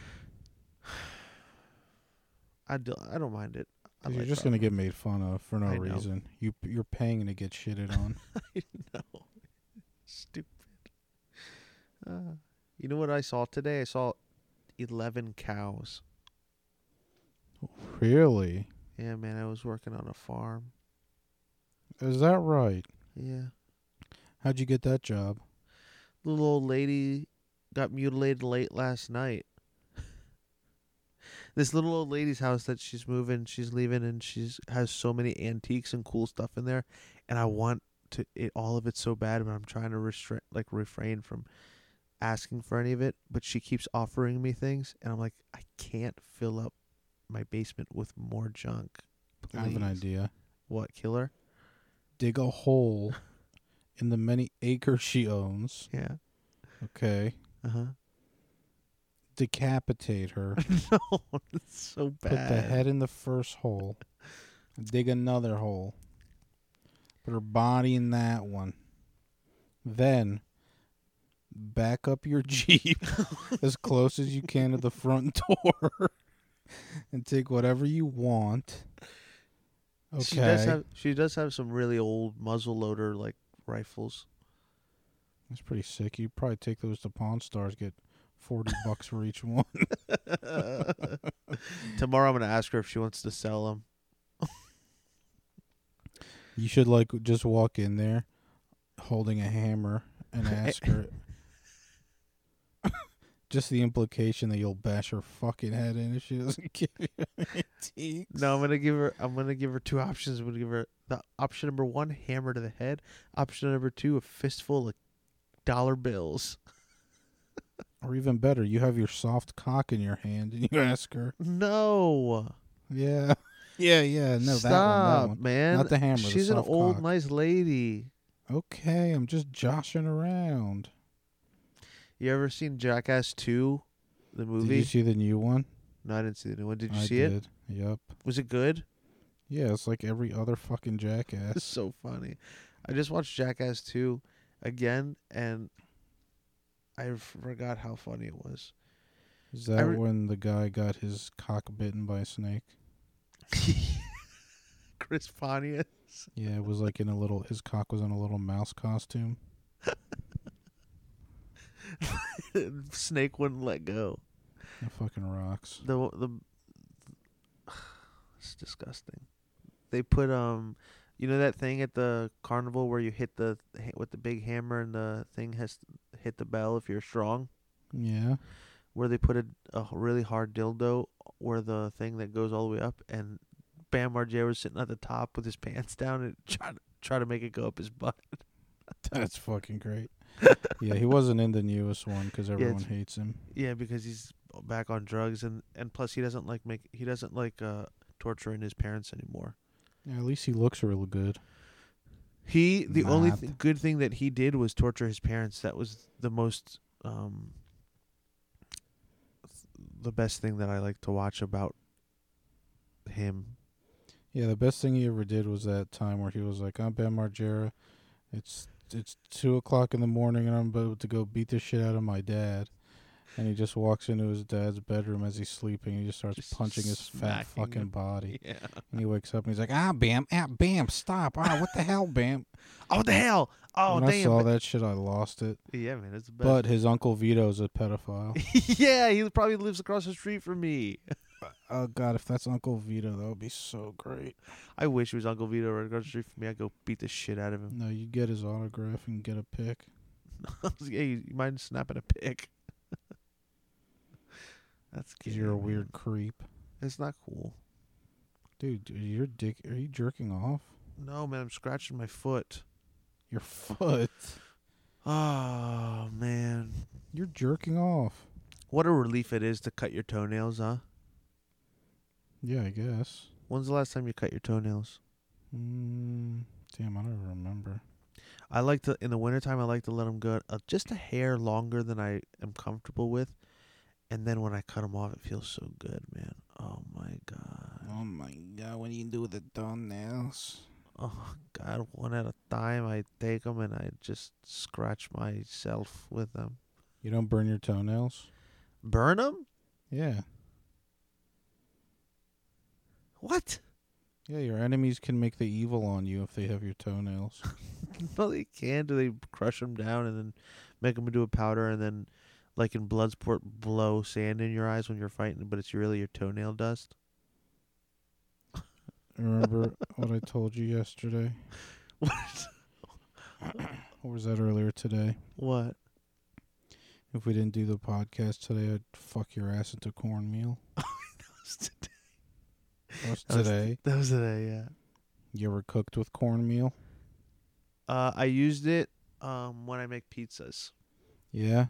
Speaker 2: I do, I don't mind it. I
Speaker 3: 'Cause you're
Speaker 2: like
Speaker 3: just
Speaker 2: rock.
Speaker 3: gonna get made fun of for no
Speaker 2: I know.
Speaker 3: reason. You you're paying to get shitted on.
Speaker 2: I know. Stupid. Uh, you know what I saw today? I saw 11 cows.
Speaker 3: really?
Speaker 2: Yeah, man, I was working on a farm.
Speaker 3: Is that right?
Speaker 2: Yeah.
Speaker 3: How'd you get that job?
Speaker 2: Little old lady got mutilated late last night. this little old lady's house that she's moving, she's leaving, and she's has so many antiques and cool stuff in there, and I want to it all of it so bad, but I'm trying to restrain, like refrain from asking for any of it. But she keeps offering me things, and I'm like, I can't fill up my basement with more junk.
Speaker 3: I have an
Speaker 2: Please.
Speaker 3: idea.
Speaker 2: What killer?
Speaker 3: Dig a hole in the many acres she owns.
Speaker 2: Yeah.
Speaker 3: Okay.
Speaker 2: Uh huh.
Speaker 3: Decapitate her.
Speaker 2: no, it's so bad.
Speaker 3: Put the head in the first hole. Dig another hole. Put her body in that one. Then back up your Jeep as close as you can to the front door and take whatever you want. Okay.
Speaker 2: She does have she does have some really old muzzle loader like rifles.
Speaker 3: That's pretty sick. You'd probably take those to Pawn Stars, get 40 bucks for each one.
Speaker 2: Tomorrow I'm gonna ask her if she wants to sell them.
Speaker 3: You should like just walk in there holding a hammer and ask her just the implication that you'll bash her fucking head in if she doesn't give you any teeth.
Speaker 2: No, I'm gonna give her I'm gonna give her two options. I'm gonna give her the option number one, hammer to the head. Option number two, a fistful of dollar bills.
Speaker 3: Or even better, you have your soft cock in your hand and you ask her.
Speaker 2: No.
Speaker 3: Yeah. Yeah, yeah. No,
Speaker 2: Stop,
Speaker 3: that one, that one.
Speaker 2: man.
Speaker 3: Not the hammer, the
Speaker 2: She's an
Speaker 3: soft
Speaker 2: old
Speaker 3: cock.
Speaker 2: nice lady.
Speaker 3: Okay, I'm just joshing around.
Speaker 2: You ever seen Jackass Two, the
Speaker 3: Did
Speaker 2: movie?
Speaker 3: you see the new one?
Speaker 2: no, I didn't see the new one. Did you
Speaker 3: I
Speaker 2: see it?
Speaker 3: did. Yep.
Speaker 2: Was it good?
Speaker 3: Yeah, it's like every other fucking jackass.
Speaker 2: It's so funny. I just watched Jackass 2 again and I forgot how funny it was.
Speaker 3: Is that
Speaker 2: re-
Speaker 3: when the guy got his cock bitten by a snake?
Speaker 2: Chris Pontius.
Speaker 3: Yeah, it was like in a little. His cock was in a little mouse costume.
Speaker 2: Snake wouldn't let go.
Speaker 3: That fucking rocks.
Speaker 2: The the It's disgusting. They put um you know that thing at the carnival where you hit the with the big hammer and the thing has to hit the bell if you're strong?
Speaker 3: Yeah,
Speaker 2: where they put a, a really hard dildo where the thing that goes all the way up, and Bam Margera was sitting at the top with his pants down and trying to try to make it go up his butt.
Speaker 3: That's fucking great. yeah, he wasn't in the newest one because everyone
Speaker 2: it's-
Speaker 3: hates him.
Speaker 2: Yeah, because he's back on drugs, and and plus he doesn't like make he doesn't like uh torturing his parents anymore.
Speaker 3: Yeah, at least he looks real good.
Speaker 2: He the only
Speaker 3: Mad.
Speaker 2: th- good thing that he did was torture his parents. That was the most um the best thing that I like to watch about him.
Speaker 3: Yeah, the best thing he ever did was that time where he was like, "I'm Ben Margera. It's it's two o'clock in the morning, and I'm about to go beat the shit out of my dad." And he just walks into his dad's bedroom as he's sleeping. And he just starts
Speaker 2: Just
Speaker 3: punching his fat
Speaker 2: smacking
Speaker 3: fucking
Speaker 2: him.
Speaker 3: body.
Speaker 2: Yeah.
Speaker 3: And he wakes up and he's like, "Ah, Bam! Ah, Bam! Stop! Ah, what the hell, Bam!"
Speaker 2: Oh what the hell! Oh
Speaker 3: when I
Speaker 2: damn!
Speaker 3: saw
Speaker 2: it.
Speaker 3: that shit, I lost it.
Speaker 2: Yeah, man, it's the best.
Speaker 3: But his uncle Vito's a pedophile.
Speaker 2: yeah, he probably lives across the street from me.
Speaker 3: oh God, if that's Uncle Vito, that would be so great.
Speaker 2: I wish it was Uncle Vito right across the street from me. I'd go beat the shit out of him.
Speaker 3: No, you get his autograph and get a pic.
Speaker 2: hey, you mind snapping a pic? That's
Speaker 3: you
Speaker 2: cute.
Speaker 3: you're a weird creep.
Speaker 2: It's not cool.
Speaker 3: Dude, dude, your dick? Are you jerking off
Speaker 2: No, man, I'm scratching my foot.
Speaker 3: your foot?
Speaker 2: Oh man,
Speaker 3: You're jerking off.
Speaker 2: what a relief it is to cut your toenails, huh?
Speaker 3: Yeah, I guess.
Speaker 2: When's the last time you cut your toenails?
Speaker 3: Mm, damn, I don't remember.
Speaker 2: I like to in the wintertime. I like to let them go uh, just a hair longer than I am comfortable with, and then when I cut them off, it feels so good, man. Oh my god.
Speaker 3: Oh my god, what do you do with the toenails?
Speaker 2: Oh god, one at a time. I take them and I just scratch myself with them.
Speaker 3: You don't burn your toenails?
Speaker 2: Burn them?
Speaker 3: Yeah,
Speaker 2: What?
Speaker 3: yeah. Your enemies can make the evil on you if they have your toenails.
Speaker 2: No, they can. Do they crush them down and then make them into a powder and then, like in Bloodsport, blow sand in your eyes when you're fighting, but it's really your toenail dust?
Speaker 3: Remember what I told you yesterday?
Speaker 2: What?
Speaker 3: Or was that earlier today?
Speaker 2: What?
Speaker 3: If we didn't do the podcast today, I'd fuck your ass into cornmeal. That was
Speaker 2: That was-
Speaker 3: today.
Speaker 2: That was today, yeah.
Speaker 3: You ever cooked with cornmeal?
Speaker 2: Uh, I used it um when I make pizzas.
Speaker 3: Yeah.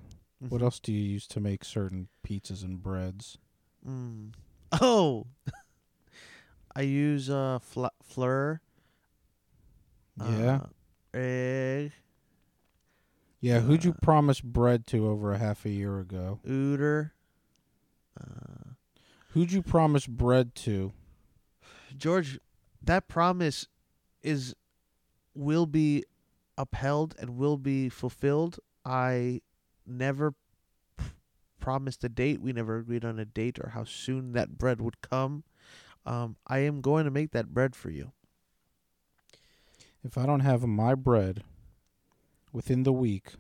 Speaker 3: What
Speaker 2: Mhm.
Speaker 3: else do you use to make certain pizzas and breads?
Speaker 2: Mm. Oh! I use uh, fl- flour.
Speaker 3: Yeah.
Speaker 2: Uh, egg,
Speaker 3: Yeah, who'd you
Speaker 2: uh,
Speaker 3: promise bread to over a half a year ago?
Speaker 2: Uter. Uh,
Speaker 3: Who'd you promise bread to?
Speaker 2: George, that promise is will be upheld and will be fulfilled. I never p- promised a date. We never agreed on a date or how soon that bread would come. Um, I am going to make that bread for you.
Speaker 3: If I don't have my bread within the week,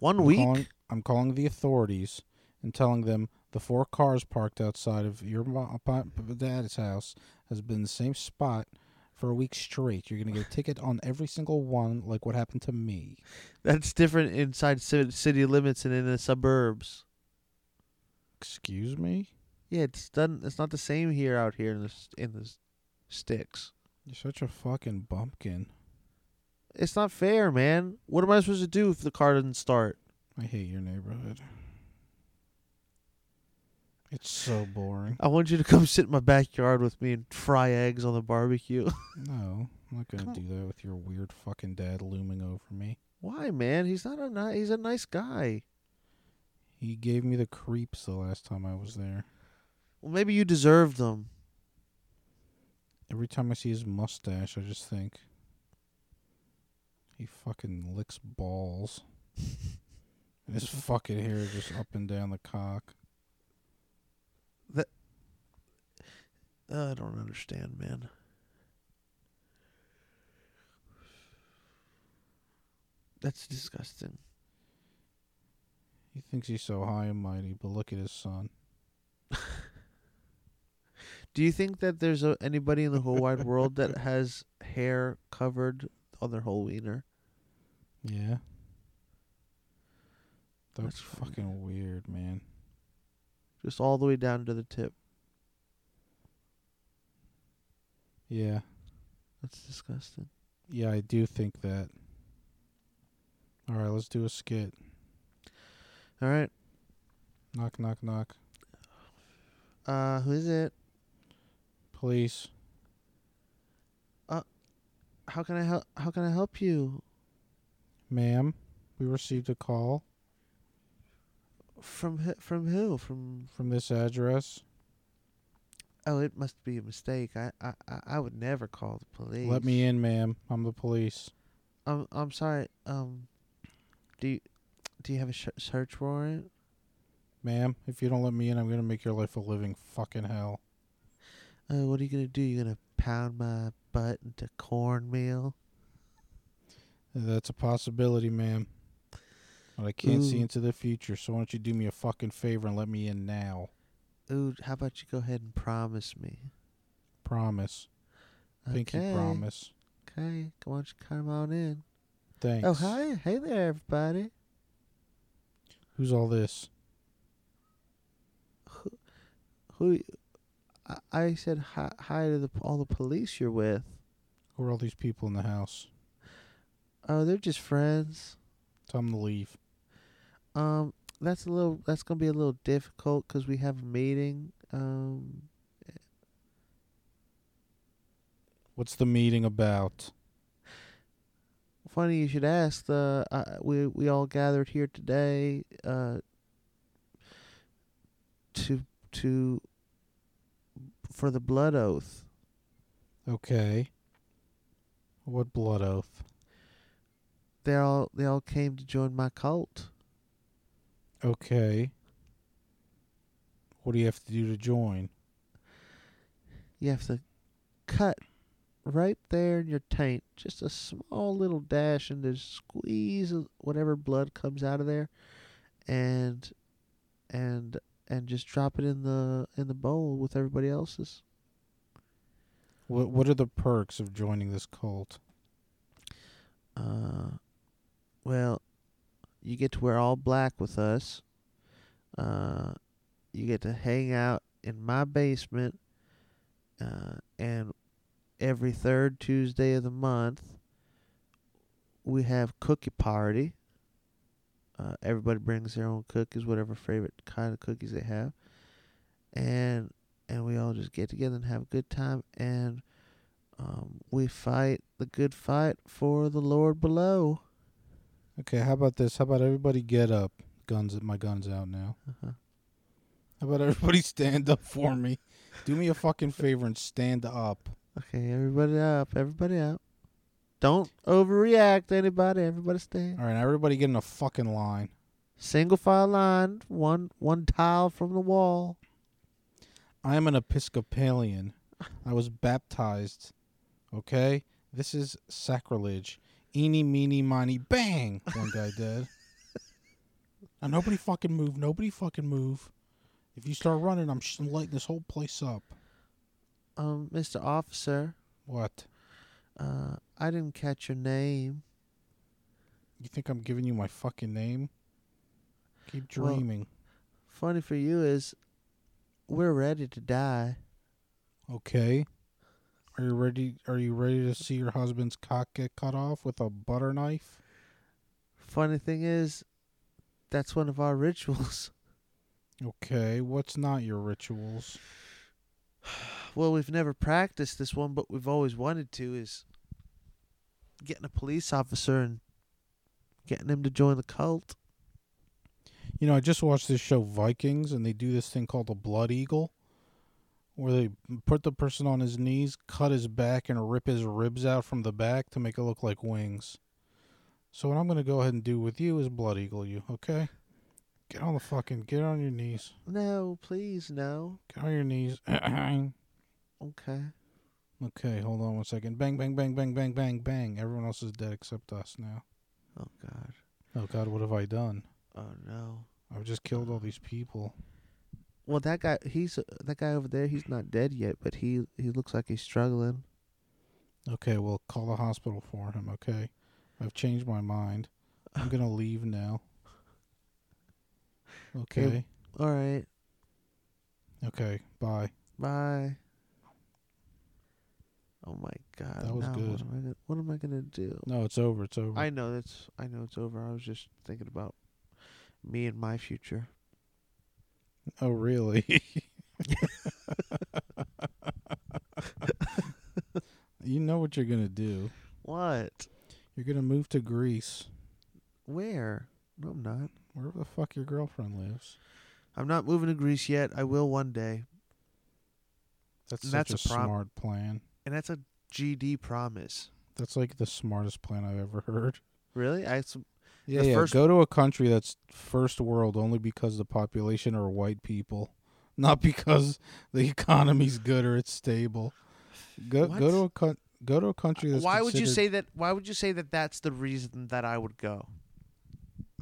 Speaker 2: One
Speaker 3: I'm
Speaker 2: week.
Speaker 3: calling- I'm calling the authorities and telling them the four cars parked outside of your mo- pa- pa- dad's house has been the same spot for a week straight. You're going to get a ticket on every single one, like what happened to me.
Speaker 2: That's different inside ci- city limits and in the suburbs.
Speaker 3: Excuse me?
Speaker 2: Yeah, it's done. It's not the same here out here in the s- in the s- sticks.
Speaker 3: You're such a fucking bumpkin.
Speaker 2: It's not fair, man. What am I supposed to do if the car doesn't start?
Speaker 3: I hate your neighborhood. It's so boring.
Speaker 2: I want you to come sit in my backyard with me and fry eggs on the barbecue.
Speaker 3: No, I'm not gonna
Speaker 2: Come-
Speaker 3: do that with your weird fucking dad looming over me.
Speaker 2: Why, man? He's not a ni- he's a nice guy.
Speaker 3: He gave me the creeps the last time I was there.
Speaker 2: Well, maybe you deserved them.
Speaker 3: Every time I see his mustache, I just think he fucking licks balls. and his fucking hair just up and down the cock.
Speaker 2: Uh, I don't understand, man. That's disgusting.
Speaker 3: He thinks he's so high and mighty, but look at his son.
Speaker 2: Do you think that there's a, anybody in the whole wide world that has hair covered on their whole wiener?
Speaker 3: Yeah. That's
Speaker 2: That's funny.
Speaker 3: fucking weird, man.
Speaker 2: just all the way down to the tip.
Speaker 3: Yeah.
Speaker 2: That's disgusting.
Speaker 3: Yeah, I do think that. All right, let's do a skit.
Speaker 2: All right.
Speaker 3: Knock, knock, knock.
Speaker 2: Uh, who is it?
Speaker 3: Police.
Speaker 2: How can I help? How can I help you?
Speaker 3: Ma'am, we received a call
Speaker 2: From who? From who? From
Speaker 3: from this address.
Speaker 2: oh, it must be a mistake. I I I- I would never call the police.
Speaker 3: Let me in, ma'am. I'm the police.
Speaker 2: I'm I'm sorry. Um, do you do you have a sh- search warrant?
Speaker 3: Ma'am, if you don't let me in, I'm going to make your life a living fucking hell.
Speaker 2: Uh, what are you gonna do? You gonna pound my butt into cornmeal?
Speaker 3: That's a possibility, ma'am. But I can't see
Speaker 2: Ooh.
Speaker 3: into the future, so why don't you do me a fucking favor and let me in now?
Speaker 2: Ooh, how about you go ahead and promise me?
Speaker 3: Promise. Pinky
Speaker 2: Okay.
Speaker 3: promise.
Speaker 2: Okay, come on, you come on in.
Speaker 3: Thanks.
Speaker 2: Oh hi, hey there, everybody.
Speaker 3: Who's all this?
Speaker 2: Who? I, I said hi, hi to the, all the police you're with.
Speaker 3: Who are all these people in the house?
Speaker 2: Oh, they're just friends.
Speaker 3: Tell them to leave.
Speaker 2: Um, that's a little. That's gonna be a little difficult 'cause we have a meeting. Um,
Speaker 3: What's the meeting about?
Speaker 2: funny you should ask. The uh, we we all gathered here today. Uh, to to for the blood oath.
Speaker 3: Okay. What blood oath?
Speaker 2: They all they all came to join my cult.
Speaker 3: Okay. What do you have to do to join?
Speaker 2: You have to cut right there in your taint, just a small little dash, and just squeeze whatever blood comes out of there, and and and just drop it in the in the bowl with everybody else's.
Speaker 3: What What are the perks of joining this cult?
Speaker 2: Uh, well, you get to wear all black with us. Uh, you get to hang out in my basement. Uh, and every third Tuesday of the month, we have cookie party. Uh, everybody brings their own cookies, whatever favorite kind of cookies they have, and and we all just get together and have a good time. And um, we fight the good fight for the Lord below.
Speaker 3: Okay, how about this? How about everybody get up? Guns, my guns out now.
Speaker 2: Uh-huh.
Speaker 3: How about everybody stand up for me? Do me a fucking favor and stand up.
Speaker 2: Okay, everybody up, everybody up. Don't overreact, anybody. Everybody stand.
Speaker 3: All right, everybody get in a fucking line.
Speaker 2: Single file line, one one tile from the wall.
Speaker 3: I am an Episcopalian. I was baptized. Okay? This is sacrilege. Eeny, meeny, miny, bang! One guy dead. Now, nobody fucking move. Nobody fucking move. If you start running, I'm sh- lighting this whole place up.
Speaker 2: Um, Mr. Officer,
Speaker 3: What?
Speaker 2: uh, I didn't catch your name.
Speaker 3: You think I'm giving you my fucking name? Keep
Speaker 2: Well-
Speaker 3: dreaming.
Speaker 2: Funny for you is, we're ready to die.
Speaker 3: okay. Are you ready? Are you ready to see your husband's cock get cut off with a butter knife?
Speaker 2: Funny thing is, that's one of our rituals.
Speaker 3: Okay. What's not your rituals?
Speaker 2: well, we've never practiced this one, but we've always wanted to is getting a police officer and getting him to join the cult.
Speaker 3: You know, I just watched this show Vikings, and they do this thing called the Blood Eagle, where they put the person on his knees, cut his back, and rip his ribs out from the back to make it look like wings. So what I'm gonna go ahead and do with you is Blood Eagle you, okay? Get on the fucking, get on your knees,
Speaker 2: No, please, no.
Speaker 3: get on your knees. okay,
Speaker 2: Okay.
Speaker 3: hold on one second. Bang, bang, bang, bang, bang, bang, bang. Everyone else is dead except us now.
Speaker 2: Oh God.
Speaker 3: Oh God, what have I done?
Speaker 2: Oh no.
Speaker 3: I've just killed all these people.
Speaker 2: Well, that guy, he's uh, that guy over there. He's not dead yet, but he he looks like he's struggling.
Speaker 3: Okay, well, call the hospital for him, okay? I've changed my mind. I'm going to leave now. Okay.
Speaker 2: All right.
Speaker 3: Okay, bye.
Speaker 2: Bye. Oh my god.
Speaker 3: That was
Speaker 2: now
Speaker 3: good.
Speaker 2: What am I gonna, what am I gonna do?
Speaker 3: No, it's over. It's over.
Speaker 2: I know that's I know it's over. I was just thinking about me and my future.
Speaker 3: oh, really? you know what you're gonna do?
Speaker 2: What?
Speaker 3: You're gonna move to Greece,
Speaker 2: Where? No, I'm not.
Speaker 3: wherever the fuck your girlfriend lives.
Speaker 2: I'm not moving to Greece yet. I will one day.
Speaker 3: That's
Speaker 2: And
Speaker 3: such
Speaker 2: that's
Speaker 3: a,
Speaker 2: a prom-
Speaker 3: smart plan.
Speaker 2: And that's a GD promise.
Speaker 3: That's like the smartest plan I've ever heard.
Speaker 2: Really? I s-
Speaker 3: Yeah,
Speaker 2: The
Speaker 3: yeah.
Speaker 2: first-
Speaker 3: go to a country that's first world only because the population are white people, not because the economy's good or it's stable. Go
Speaker 2: What?
Speaker 3: go to a coun- go to a country that's
Speaker 2: Why would you
Speaker 3: considered-
Speaker 2: say that why would you say that that's the reason that I would go?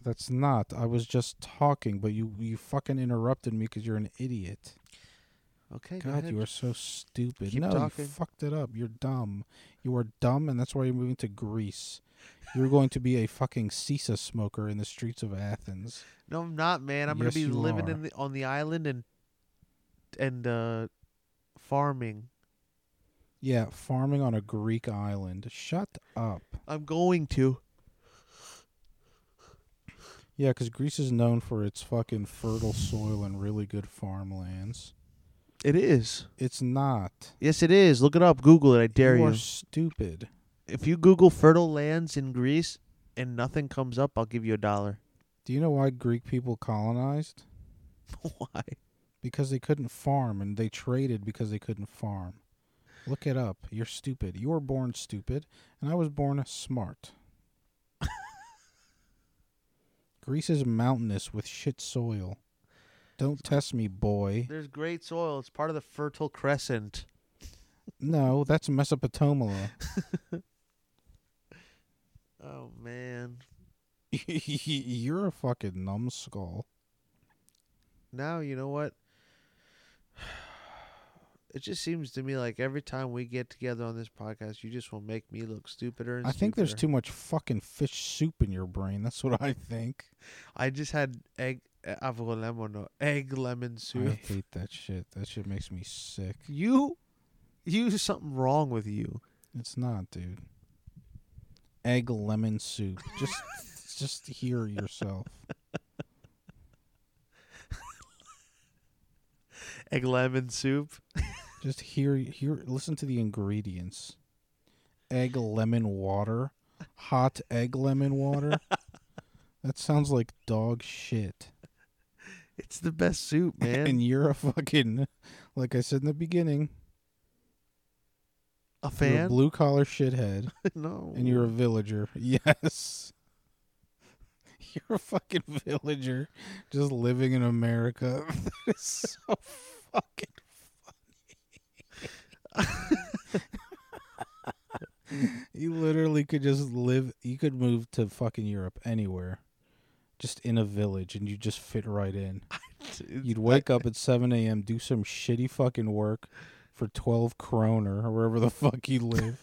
Speaker 3: that's not? I was just talking, but you you fucking interrupted me because you're an idiot.
Speaker 2: Okay. go
Speaker 3: God,
Speaker 2: ahead.
Speaker 3: you are so stupid.
Speaker 2: Keep
Speaker 3: no,
Speaker 2: talking.
Speaker 3: you fucked it up. You're dumb. You are dumb, and that's why you're moving to Greece. You're going to be a fucking sisa smoker in the streets of Athens.
Speaker 2: No, I'm not, man. I'm
Speaker 3: Yes,
Speaker 2: gonna be
Speaker 3: you
Speaker 2: living
Speaker 3: are.
Speaker 2: in the, on the island and and uh farming.
Speaker 3: Yeah, farming on a Greek island. Shut up.
Speaker 2: I'm going to.
Speaker 3: Yeah, because Greece is known for its fucking fertile soil and really good farmlands.
Speaker 2: It is.
Speaker 3: It's not.
Speaker 2: Yes, it is. Look it up. Google it. I dare
Speaker 3: you
Speaker 2: you.
Speaker 3: are stupid.
Speaker 2: If you Google fertile lands in Greece and nothing comes up, I'll give you a dollar.
Speaker 3: Do you know why Greek people colonized?
Speaker 2: Why?
Speaker 3: Because they couldn't farm, and they traded because they couldn't farm. Look it up. You're stupid. You were born stupid, and I was born smart. Greece is mountainous with shit soil. Don't test me, boy.
Speaker 2: There's great soil. It's part of the Fertile Crescent.
Speaker 3: No, that's Mesopotamia.
Speaker 2: Oh man.
Speaker 3: You're a fucking numbskull.
Speaker 2: Now you know what? It just seems to me like every time we get together on this podcast, you just will make me look stupider and
Speaker 3: I think there's
Speaker 2: stupider.
Speaker 3: too much fucking fish soup in your brain. That's what I think.
Speaker 2: I just had egg eh, avro lemon no egg lemon
Speaker 3: I
Speaker 2: soup.
Speaker 3: hate that shit. That shit makes me sick.
Speaker 2: You, you something wrong with you?
Speaker 3: It's not, dude. Egg lemon soup. Just just hear yourself.
Speaker 2: Egg lemon soup.
Speaker 3: Just hear hear listen to the ingredients. Egg lemon water. Hot egg lemon water. that sounds like dog shit.
Speaker 2: It's the best soup, man.
Speaker 3: And you're a fucking like I said in the beginning,
Speaker 2: a
Speaker 3: You're a
Speaker 2: fan?
Speaker 3: blue collar shithead,
Speaker 2: no.
Speaker 3: and you're a villager. Yes. You're a fucking villager just living in America. That is so fucking funny. you literally could just live, you could move to fucking Europe anywhere, just in a village, and you just fit right in. You'd wake up at 7 a.m., do some shitty fucking work for 12 kroner or wherever the fuck you live.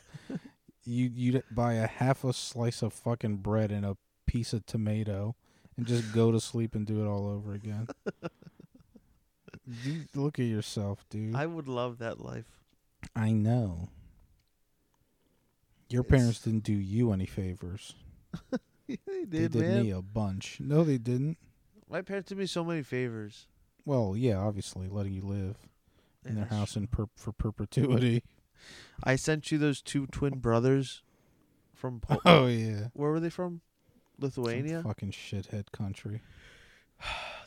Speaker 3: you, you'd buy a half a slice of fucking bread and a piece of tomato and just go to sleep and do it all over again. You- look at yourself, dude. I,
Speaker 2: I would love that life.
Speaker 3: know. Your
Speaker 2: It's-
Speaker 3: parents didn't do you any favors.
Speaker 2: they did,
Speaker 3: They did
Speaker 2: man.
Speaker 3: me a bunch. No, they didn't.
Speaker 2: My parents did me so many favors.
Speaker 3: Well, yeah, obviously, letting you live in
Speaker 2: Yeah,
Speaker 3: their
Speaker 2: that's
Speaker 3: house
Speaker 2: true.
Speaker 3: in per- for perpetuity.
Speaker 2: I sent you those two twin brothers from. Pol-
Speaker 3: Oh yeah,
Speaker 2: Where were they from?
Speaker 3: Some
Speaker 2: Lithuania.
Speaker 3: fucking shithead country.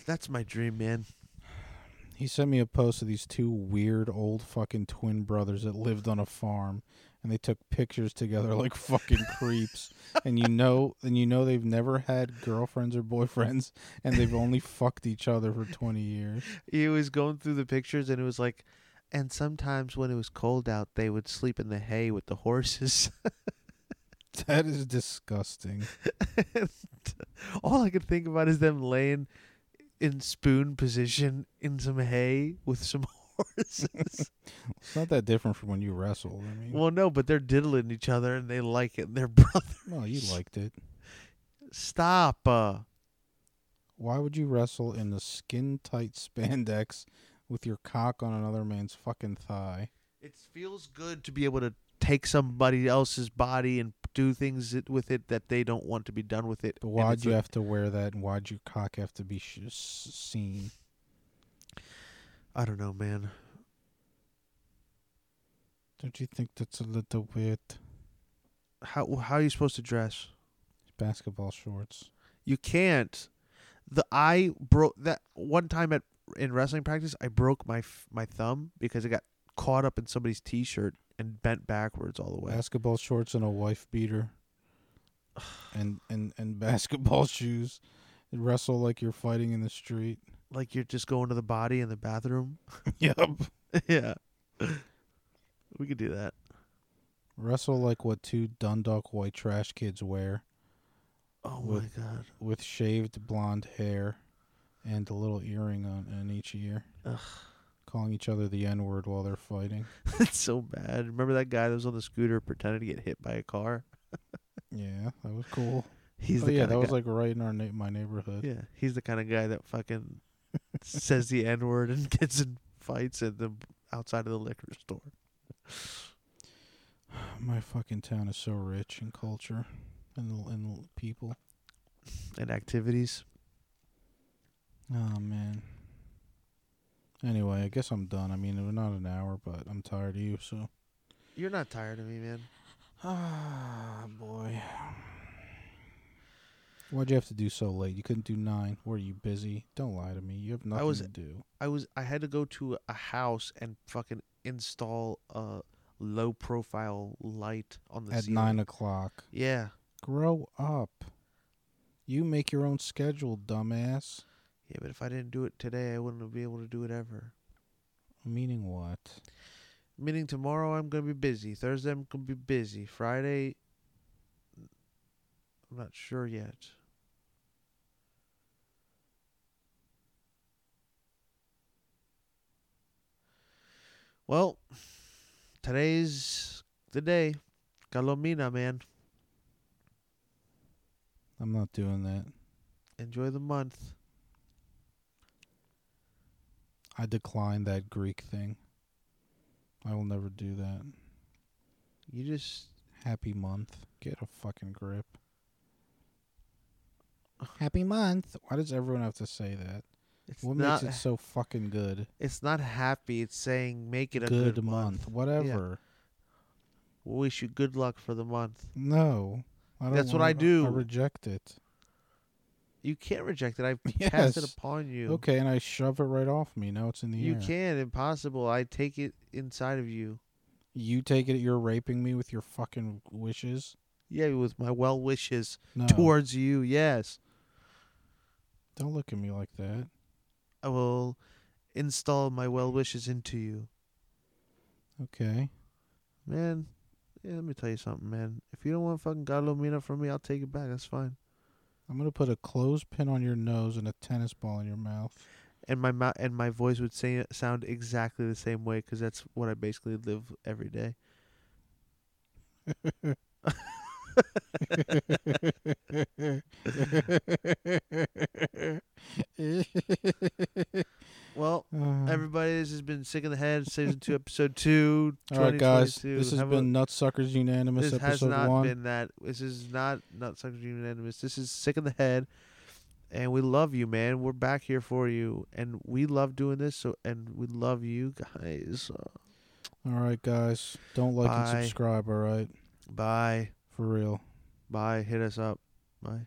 Speaker 2: That's my dream, man.
Speaker 3: He sent me a post of these two weird old fucking twin brothers that lived on a farm, and they took pictures together like fucking creeps. And you know, and you know they've never had girlfriends or boyfriends, and they've only fucked each other for twenty years.
Speaker 2: He was going through the pictures, and it was like, and sometimes when it was cold out, they would sleep in the hay with the horses.
Speaker 3: That is disgusting.
Speaker 2: And all I could think about is them laying in spoon position in some hay with some horses.
Speaker 3: It's not that different from when you wrestled. I mean,
Speaker 2: well, no, but they're diddling each other and they like it. They're brothers.
Speaker 3: well, you liked it.
Speaker 2: Stop. Uh,
Speaker 3: Why would you wrestle in the skin tight spandex with your cock on another man's fucking thigh.
Speaker 2: It feels good to be able to take somebody else's body and do things it- with it that they don't want to be done with it.
Speaker 3: But
Speaker 2: And
Speaker 3: why'd
Speaker 2: it's
Speaker 3: you
Speaker 2: like-
Speaker 3: have to wear that? And why'd your cock have to be sh- s- seen?
Speaker 2: I don't know, man.
Speaker 3: Don't you think that's a little weird?
Speaker 2: How how are you supposed to dress?
Speaker 3: Basketball shorts.
Speaker 2: You can't. The I broke that one time at in wrestling practice. I broke my f- my thumb because it got caught up in somebody's t-shirt and bent backwards all the way.
Speaker 3: Basketball shorts and a wife beater. and, and and basketball shoes. And wrestle like you're fighting in the street.
Speaker 2: like you're just going to the body in the bathroom.
Speaker 3: yep.
Speaker 2: yeah, we could do that.
Speaker 3: Wrestle like what two Dundalk white trash kids wear
Speaker 2: Oh
Speaker 3: With-
Speaker 2: my god.
Speaker 3: with shaved blonde hair and a little earring on in each ear.
Speaker 2: Ugh.
Speaker 3: Calling each other the N word while they're fighting.
Speaker 2: That's so bad. Remember that guy that was on the scooter pretending to get hit by a car?
Speaker 3: Yeah, that was cool.
Speaker 2: He's
Speaker 3: oh,
Speaker 2: the
Speaker 3: yeah,
Speaker 2: kind
Speaker 3: that
Speaker 2: of
Speaker 3: was
Speaker 2: guy,
Speaker 3: like right in our na- my neighborhood.
Speaker 2: yeah, he's the kind of guy that fucking says the n word and gets in fights at the outside of the liquor store.
Speaker 3: My fucking town is so rich in culture and and people.
Speaker 2: And activities.
Speaker 3: Oh man. Anyway, I guess I'm done. I mean, we're not an hour, but I'm tired of you, so.
Speaker 2: You're not tired of me, man.
Speaker 3: Ah, boy. Why'd you have to do so late? You couldn't do nine. Were you busy? Don't lie to me. You have nothing
Speaker 2: was-
Speaker 3: to do.
Speaker 2: I was I had to go to a house and fucking install a low profile light on the
Speaker 3: At
Speaker 2: ceiling.
Speaker 3: nine o'clock.
Speaker 2: Yeah.
Speaker 3: Grow up. You make your own schedule, dumbass.
Speaker 2: Yeah, but if I didn't do it today, I wouldn't be able to do it ever.
Speaker 3: Meaning what?
Speaker 2: Meaning tomorrow I'm gonna be busy. Thursday I'm gonna be busy. Friday, I'm not sure yet. Well, today's the day. Calomina, man.
Speaker 3: I'm not doing that.
Speaker 2: Enjoy the month.
Speaker 3: I declined that Greek thing. I will never do that.
Speaker 2: You just
Speaker 3: Happy month. Get a fucking grip.
Speaker 4: Happy month.
Speaker 3: Why does everyone have to say that?
Speaker 2: it's
Speaker 3: What
Speaker 2: not
Speaker 3: makes it so fucking good?
Speaker 2: it's not happy. It's saying make it a
Speaker 3: good,
Speaker 2: good,
Speaker 3: month. Whatever.
Speaker 2: We wish you good luck for the month.
Speaker 3: No. I don't
Speaker 2: That's what
Speaker 3: wanna-
Speaker 2: I do.
Speaker 3: I reject it.
Speaker 2: You can't reject it. I've
Speaker 3: Yes.
Speaker 2: cast it upon you.
Speaker 3: Okay, and I shove it right off me. Now it's in the
Speaker 2: You
Speaker 3: air.
Speaker 2: can. Impossible. I take it inside of you.
Speaker 3: You take it you're raping me with your fucking wishes?
Speaker 2: Yeah, with my well wishes
Speaker 3: No.
Speaker 2: towards you. Yes.
Speaker 3: Don't look at me like that.
Speaker 2: I will install my well wishes into you.
Speaker 3: Okay.
Speaker 2: Man, yeah, let me tell you something, man. If you don't want fucking Galomina from me, I'll take it back. That's fine.
Speaker 3: I'm going to put a clothespin on your nose and a tennis ball in your mouth.
Speaker 2: And my mou- and my voice would say, sound exactly the same way because that's what I basically live every day. Well,
Speaker 3: Mm. Um,
Speaker 2: everybody, this has been Sick in the Head, Season 2, Episode 2.
Speaker 3: All right, guys.
Speaker 2: 2022.
Speaker 3: This has
Speaker 2: Have a-
Speaker 3: been Nutsuckers Unanimous
Speaker 2: this has
Speaker 3: episode
Speaker 2: not
Speaker 3: one.
Speaker 2: been that. This is not not Sucker Unanimous. This is sick in the head, and we love you, man. We're back here for you, and we love doing this. So, and we love you guys. Uh,
Speaker 3: All right, guys. Don't like
Speaker 2: Bye.
Speaker 3: and subscribe. All right,
Speaker 2: Bye,
Speaker 3: for real.
Speaker 2: bye. Hit us up. Bye.